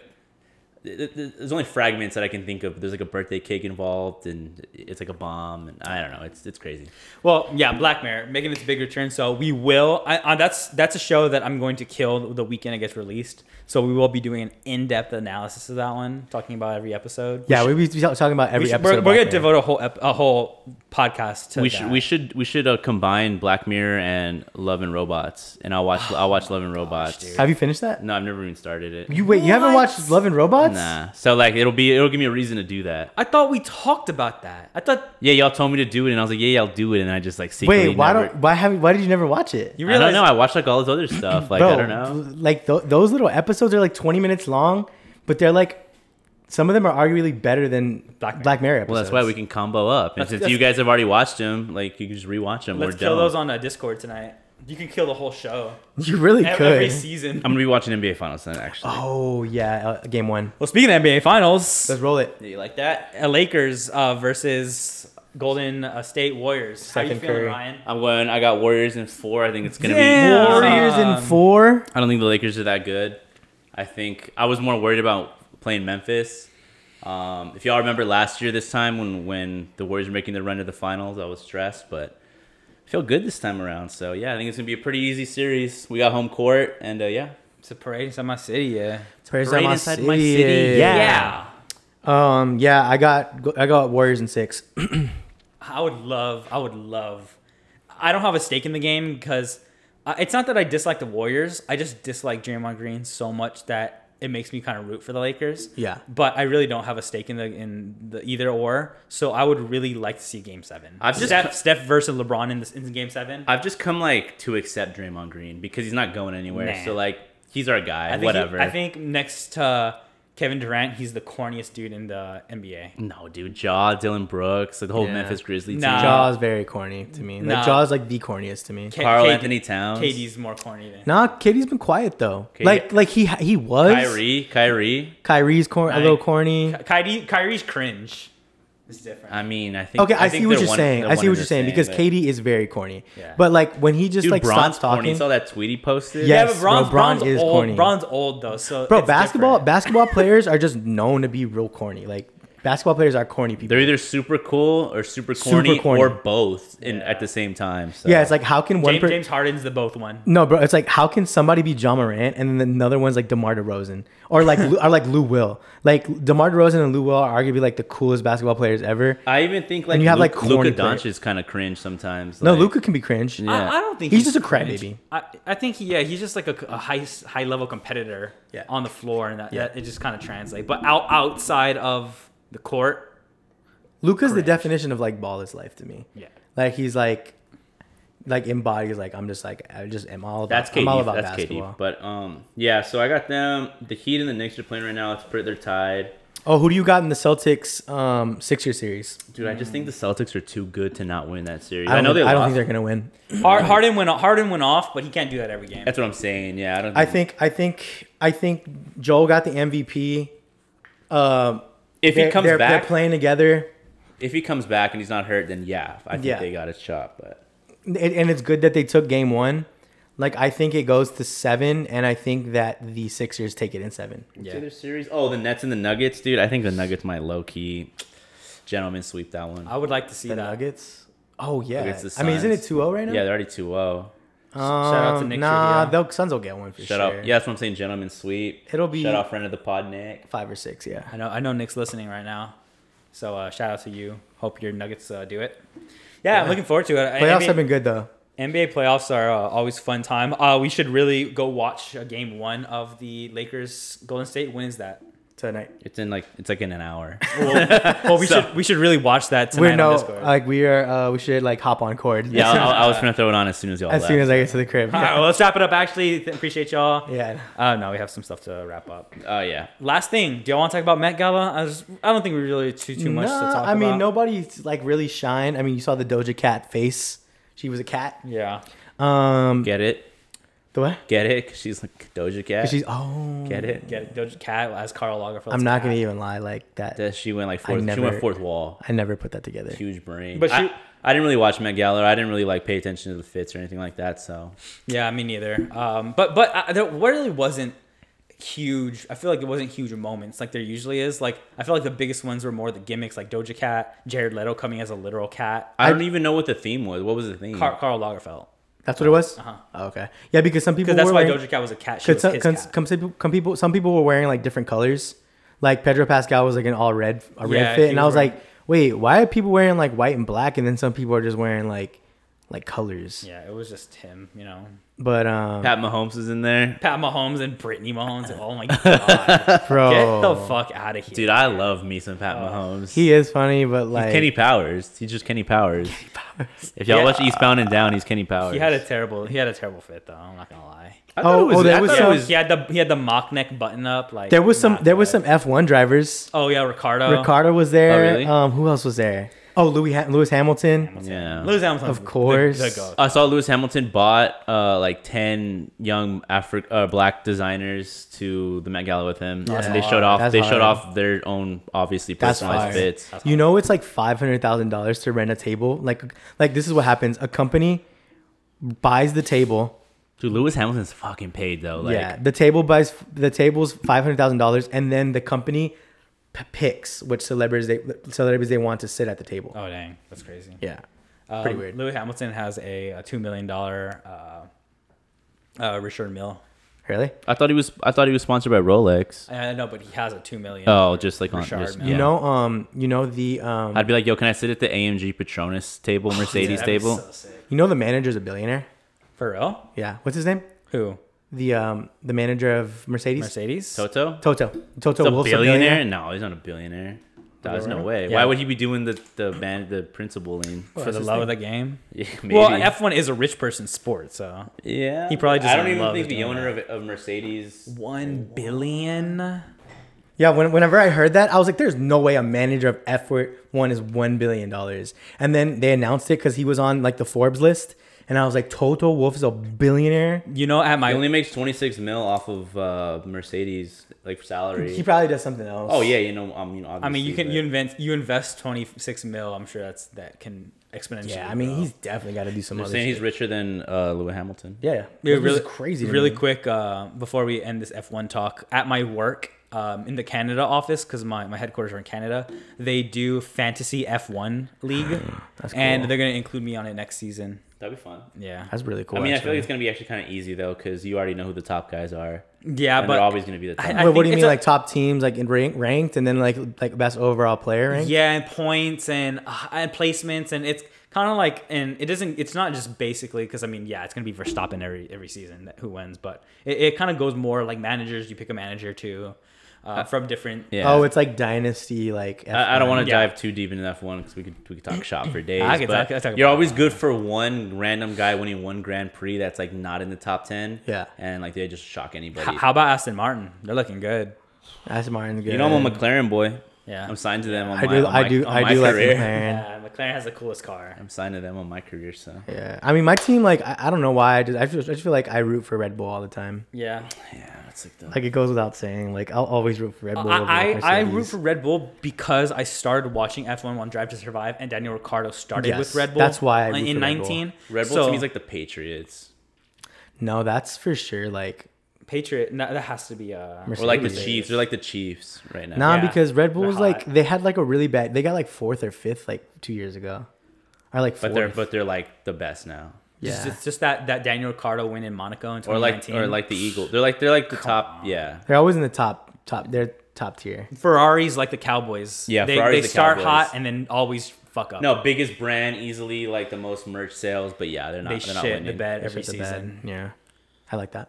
th- th- th- There's only fragments that I can think of. There's like a birthday cake involved, and it's like a bomb, and I don't know. It's it's crazy. Well, yeah, Black Mirror making its big return. So we will. I, I, that's that's a show that I'm going to kill the weekend it gets released. So we will be doing an in-depth analysis of that one, talking about every episode. Yeah, we be talking about every we should, episode. we're, of we're gonna Black Mirror. devote a whole ep- a whole podcast to we that. should we should we should uh, combine Black Mirror and Love and Robots, and I'll watch I'll watch Love and Robots. Have you finished that? no, I've never even started it. Oh, You wait, you haven't watched Love and Robots? nah. So like it'll be it'll give me a reason to do that. I thought we talked about that. I thought Yeah, y'all told me to do it, and I was like, yeah, yeah, I'll do it, and I just like secretly. Wait, why never- don't why have why did you never watch it? you I realize. don't know. I watched like all this other stuff. Like I don't know. Like th- those little episodes are like 20 minutes long, but they're like some of them are arguably better than Black Mirror. Mirror, Black Mirror episodes. Well, that's why we can combo up. And Let's- since let's- you guys have already watched them, like you can just rewatch them. Let's We're kill done. those on uh, Discord tonight. You can kill the whole show. You really Ev- could. Every season. I'm gonna be watching NBA Finals then. Actually, oh yeah, uh, game one. well, speaking of NBA Finals, Let's roll it. do you like that? uh, Lakers uh, versus Golden uh, State Warriors. How you Stephen feeling, Curry. Ryan? I'm going. I got Warriors in four. I think it's gonna be. Damn. Warriors Um, in four. I don't think the Lakers are that good. I think I was more worried about playing Memphis. Um, if y'all remember last year this time when when the Warriors were making the run to the finals, I was stressed, but I feel good this time around. So yeah, I think it's gonna be a pretty easy series. We got home court, and uh, yeah, It's a parade inside my city, yeah. Prayers right on my inside city. my city. Yeah. Um. Yeah, I got I got Warriors in six. I would love, I would love. I don't have a stake in the game because uh, it's not that I dislike the Warriors. I just dislike Draymond Green so much that it makes me kind of root for the Lakers. Yeah. But I really don't have a stake in the in the either or. So I would really like to see Game Seven. I've just- Steph, Steph versus LeBron in this in Game Seven. I've just come like to accept Draymond Green because he's not going anywhere. Nah. So like he's our guy. I think he- Whatever. I think next to Kevin Durant, he's the corniest dude in the NBA. no, dude, Jaw, Dylan Brooks, like the whole Yeah. Memphis Grizzlies Nah. team. Jaws very corny to me. Like Nah. Jaws like the corniest to me. K- Carl KD Anthony Towns. KD's more corny than. Nah, Katie's been quiet though. Katie- Like like he he was. Kyrie, Kyrie. Kyrie's cor- a little corny. Kyrie, Kyrie's cringe. It's different. I mean, I think. Okay, I, see think what they're you're one- saying. they're I one see and what the you're saying same, because but- Katie is very corny. Yeah. But like when he just Dude, like Bron's stops corny. talking. You saw that tweet he posted? Yeah. yeah, yes, but Bron's, bro, Bron Bron's is old. corny. Bron's old though, so Bro, it's basketball different. basketball players are just known to be real corny. Like basketball players are corny people. They're either super cool or super corny, corny. or both in, at the same time. So. yeah, it's like how can one James, per- James Harden's the both one. No, bro, it's like how can somebody be John Morant and then another one's like DeMar DeRozan or like Lou- or like Lou Will. Like DeMar DeRozan and Lou Will are arguably like the coolest basketball players ever. I even think like you have, Luke, like, Luka corny Doncic is kind of cringe sometimes. No, like- Luca can be cringe. Yeah. I, I don't think He's just a cringe. crybaby. I, I think he- yeah, he's just like a, a high high level competitor Yeah. on the floor, and that, that it just kind of translates. But out outside of the court, Luca's the Cringe. definition of like ball is life to me. yeah, Like he's like like embodies like I'm just like I just am all about That's KD. I'm all about that's basketball. KD. But um, yeah. So I got them. The Heat and the Knicks are playing right now. It's pretty. They're tied. Oh, who do you got in the Celtics um, Sixer series? Dude, I just think the Celtics are too good to not win that series. I, I, don't know they think- I don't lost. think they're gonna win. Har- Harden went Harden went off, but he can't do that every game. That's what I'm saying. Yeah, I don't. I think I think I think Joel got the MVP. Um, if he they're- comes they're, back, they're playing together, if he comes back and he's not hurt, then yeah, I think Yeah. they got his shot. But and, and it's good that they took game one. Like I think it goes to seven, and I think that the Sixers take it in seven. yeah. other series, oh, the Nets and the Nuggets, dude. I think the Nuggets might low key gentlemen sweep that one. I would like to see The that. Nuggets. Oh yeah, Against the I mean, isn't it Suns. 2-0 right now? yeah, they're already 2-0. Um, Shout out to Nick Nah, Trivia. the Suns will get one for Shut sure. up. Yeah, that's what I'm saying. Gentlemen sweep. It'll be- shut off friend of the pod, Nick. five or six. Yeah. I know I know Nick's listening right now, so uh, shout out to you. Hope your Nuggets uh, do it. Yeah, I'm looking forward to it. I- Playoffs NBA, have been good though. NBA playoffs are uh, always fun time. Uh, we should really go watch uh, game one of the Lakers Golden State. When is that? tonight. It's in like it's like in an hour. Well, we So- should we should really watch that tonight We're on no Discord. like we are. Uh, we should like hop on cord. yeah, I, I- I was gonna throw it on as soon as y'all. as left. soon as I get to the crib. All right, well, let's wrap it up. Actually, Th- appreciate y'all. Yeah. Uh, no, we have some stuff to wrap up. oh yeah. Last thing, do y'all want to talk about Met Gala? I, was, I don't think we really too too much to Nah, talk I mean, about. nobody like really shine. I mean, you saw the Doja Cat face. She was a cat. Yeah. Um, Get it, the what? get it. 'Cause she's like Doja Cat. She's oh. get it. Get it, Doja Cat as Carl Lagerfeld. I'm not gonna even lie like that. That she went like fourth. she never- went fourth wall. I never put that together. Huge brain. But But she- I, I didn't really watch Met Gala. I didn't really like pay attention to the fits or anything like that. So Yeah, me neither. Um, but but I, there really wasn't huge. I feel like it wasn't huge moments like there usually is. Like I feel like the biggest ones were more the gimmicks, like Doja Cat, Jared Leto coming as a literal cat, I, don't even know what the theme was. What was the Mm. theme? Car- Carl Lagerfeld. That's what it was. Uh-huh. okay. Yeah, because some people Because that's were why wearing, Doja Cat was a cat. She could was some, his could cat. some people, some people, some people were wearing like different colors. Like Pedro Pascal was like an all red, a red Yeah, fit, he and I was was wearing- like, wait, why are people wearing like white and black, and then some people are just wearing like, like colors. Yeah, it was just him. You know, But um, Pat Mahomes is in there. Pat Mahomes and Brittany Mahomes. Oh my god, bro, get the fuck out of here, Dude, I love me some Pat Mahomes. he is funny, but like, Kenny Powers. He's just Kenny Powers. If y'all Yeah. watch Eastbound and Down, he's Kenny Powers. He had a terrible. He had a terrible fit though. I'm not gonna lie. I thought Oh, it was, oh, there I was thought it some- was- He had the he had the mock neck button up. Like there was some, not there was some good. F one drivers. Oh yeah, Ricardo. Ricardo was there. Oh, really? Um, who else was there? Oh, Louis ha- Lewis Hamilton. Yeah. Lewis Hamilton, Of course. The, the goat. I saw Lewis Hamilton bought uh, like ten young Afri- uh, black designers to the Met Gala with him, and they showed off. That's they showed hard. off their own obviously That's personalized fire. fits. You know, it's like five hundred thousand dollars to rent a table. Like, like this is what happens: a company buys the table. Dude, Lewis Hamilton's fucking paid though. Like, yeah, the table buys the table's five hundred thousand dollars, and then the company p- picks which celebrities they celebrities they want to sit at the table. Oh dang, that's crazy. Yeah, Um, pretty weird. Lewis Hamilton has a, a two million dollar uh, uh, Richard Mill. Really? I thought he was. I thought he was sponsored by Rolex. I know, but he has a two million. Oh, just like on. Richard Just, Mille. yeah. You know, um, you know the um, I'd be like, yo, can I sit at the AMG Patronus Oh, table, Mercedes table? you know the manager's a billionaire. For real? Yeah, what's his name? Who? The um, the manager of Mercedes. Mercedes? Toto. Toto. Toto He's a Wilson. billionaire? billionaire? No, he's not a billionaire. There's no way. Yeah. Why would he be doing the the band the principal lean? for the love of the game. Yeah, Well, maybe. F one is a rich person sport, so Yeah, He probably just I don't even loves think the doing owner of, of Mercedes. one billion. Yeah, when, whenever I heard that, I was like, there's no way a manager of F1 is $1 billion. And then they announced it because he was on like the Forbes list. And I was like, Toto Wolf is a billionaire. You know, at my He only makes twenty six mil off of uh, Mercedes like salary. He probably does something else. oh yeah, you know, I mean, obviously, I mean, you can but- you invent you invest twenty six mil. I'm sure that's that can exponentially. Yeah, I mean, grow. he's definitely got to do some They're other saying shit. he's richer than uh, Lewis Hamilton. yeah, yeah. Yeah, This really is crazy. to Really me. quick, uh, before we end this F1 talk, at my work um, in the Canada office, because my, my headquarters are in Canada, they do fantasy F1 league, and cool. they're gonna include me on it next season. That'd be fun. Yeah, That's really cool. I mean, I actually. feel like it's gonna be actually kind of easy though, because you already know who the top guys are, yeah, and Uh, but they're always gonna be the top. I- Wait, I- what think do you it's mean, a- like top teams, like in rank, ranked, and then like like best overall player ranked? yeah, and points and uh, and placements, and it's kind of like and it doesn't. It's not just basically because I mean, yeah, it's gonna be Verstappen every every season that who wins, but it, it kind of goes more like managers. You pick a manager to uh, from different. yeah. Oh, it's like dynasty, like I, I don't want to Yeah. dive too deep into F one because we could we could talk shop for days. I could but talk- I could talk you're about always good for one random guy winning one Grand Prix that's like not in the top ten. Yeah. and like they just shock anybody. H- How about Aston Martin? They're looking good. That's Martin's good. You know, I'm a McLaren boy. Yeah. I'm signed to them on I my do. on my- I do. on I my do like career. McLaren. Yeah, McLaren has the coolest car. I'm signed to them on my career, so Yeah. I mean, my team. Like, I, I don't know why. I just, I just, I just feel like I root for Red Bull all the time. Yeah, yeah, it's like the Like it goes without saying. Like I'll always root for Red Uh, Bull. over I, I, I Mercedes. root for Red Bull because I started watching F1 on Drive to Survive, and Daniel Ricciardo started Yes, with Red Bull. that's why I root in for Red Bull. 19 Red Bull so, to me is like the Patriots No, that's for sure. Like Patriot. No, that has to be uh, Mercedes. or like the Chiefs. They're like the Chiefs right now. Nah, Yeah. because Red Bull They're was like hot. they had like a really bad. They got like fourth or fifth like two years ago, or like fourth. but they're but they're like the best now. yeah. Just, just, just that that Daniel Ricciardo win in Monaco in Or like 2019. or like the Eagles. They're like they're like the top. Yeah, they're always in the top top. They're top tier. Ferraris like the Cowboys. Yeah, they, Ferrari's they the start Cowboys. hot and then always fuck up. no biggest brand easily like the most merch sales. But yeah, they're not. they are not shit winning. the bed every Shit the bed. season. Yeah, I like that.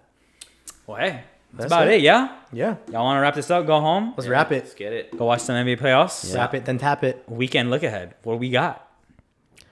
Well, hey, that's, That's about it. it. Yeah, Yeah, y'all want to wrap this up? Go home. let's wrap Let's it. get it. Go watch some NBA playoffs. Wrap it, then tap it. Weekend look ahead. What we got?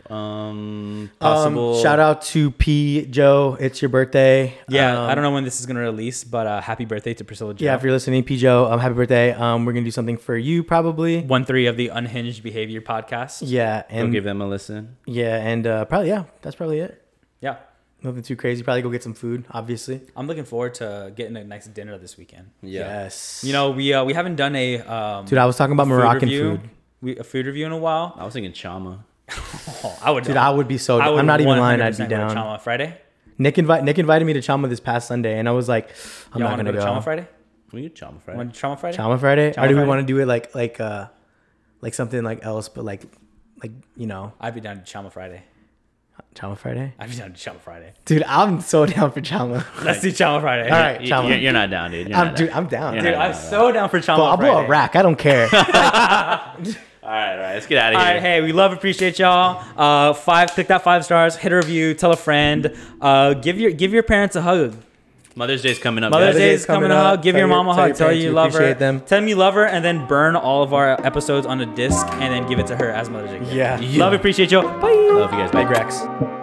Um, possible. Um, shout out to P Joe. It's your birthday. Yeah, Um, I don't know when this is gonna release, but uh, happy birthday to Priscilla. Joe. Yeah, if you're listening, P Joe, um, happy birthday. Um, we're gonna do something for you probably. one three of the Unhinged Behavior podcast. Yeah, Go and give them a listen. yeah, and uh, probably yeah, that's probably it. Yeah, Nothing too crazy. Probably go get some food, obviously. I'm looking forward to getting a nice dinner this weekend. Yeah. Yes. You know, we uh, we haven't done a um, dude, I was talking about food Moroccan review. food. We, a food review in a while. I was thinking Chama. Oh, I would. Dude, I would be so. I am not even lying. I'd be 100% go to down. Chama Friday. Nick invite Nick invited me to Chama this past Sunday, and I was like, I'm Y'all not want gonna to go. go to Chama Friday? We need Chama Friday. Want to Chama Friday? Chama Friday, Chama or do we Friday? want to do it like like uh like something like else, but like like you know I'd be down to Chama Friday. Chama Friday? I'd be down to Chama Friday. Dude, I'm so down for Chama. Let's do Chama Friday. All right, You- Chama. You're, you're not down, dude. You're I'm, not dude, down. I'm down. You're Dude, Dude, I'm so down for Chama I'll Friday. blow a rack. I don't care. All right, all right. Let's get out of All here. right, hey, we love, appreciate y'all. Uh, five, click that five stars, hit a review, tell a friend, uh, give your give your parents a hug. Mother's Day's coming up. guys. Mother's Day Day is is coming coming up. up. Give Tell your your- mom a tell hug. your Tell her parents you you love her. appreciate them. Tell them you love her, and then burn all of our episodes on a disc, and then give it to her as Mother's Day. gift. Yeah. Love, appreciate y'all. Bye. Love you guys. Bye. Big Rex.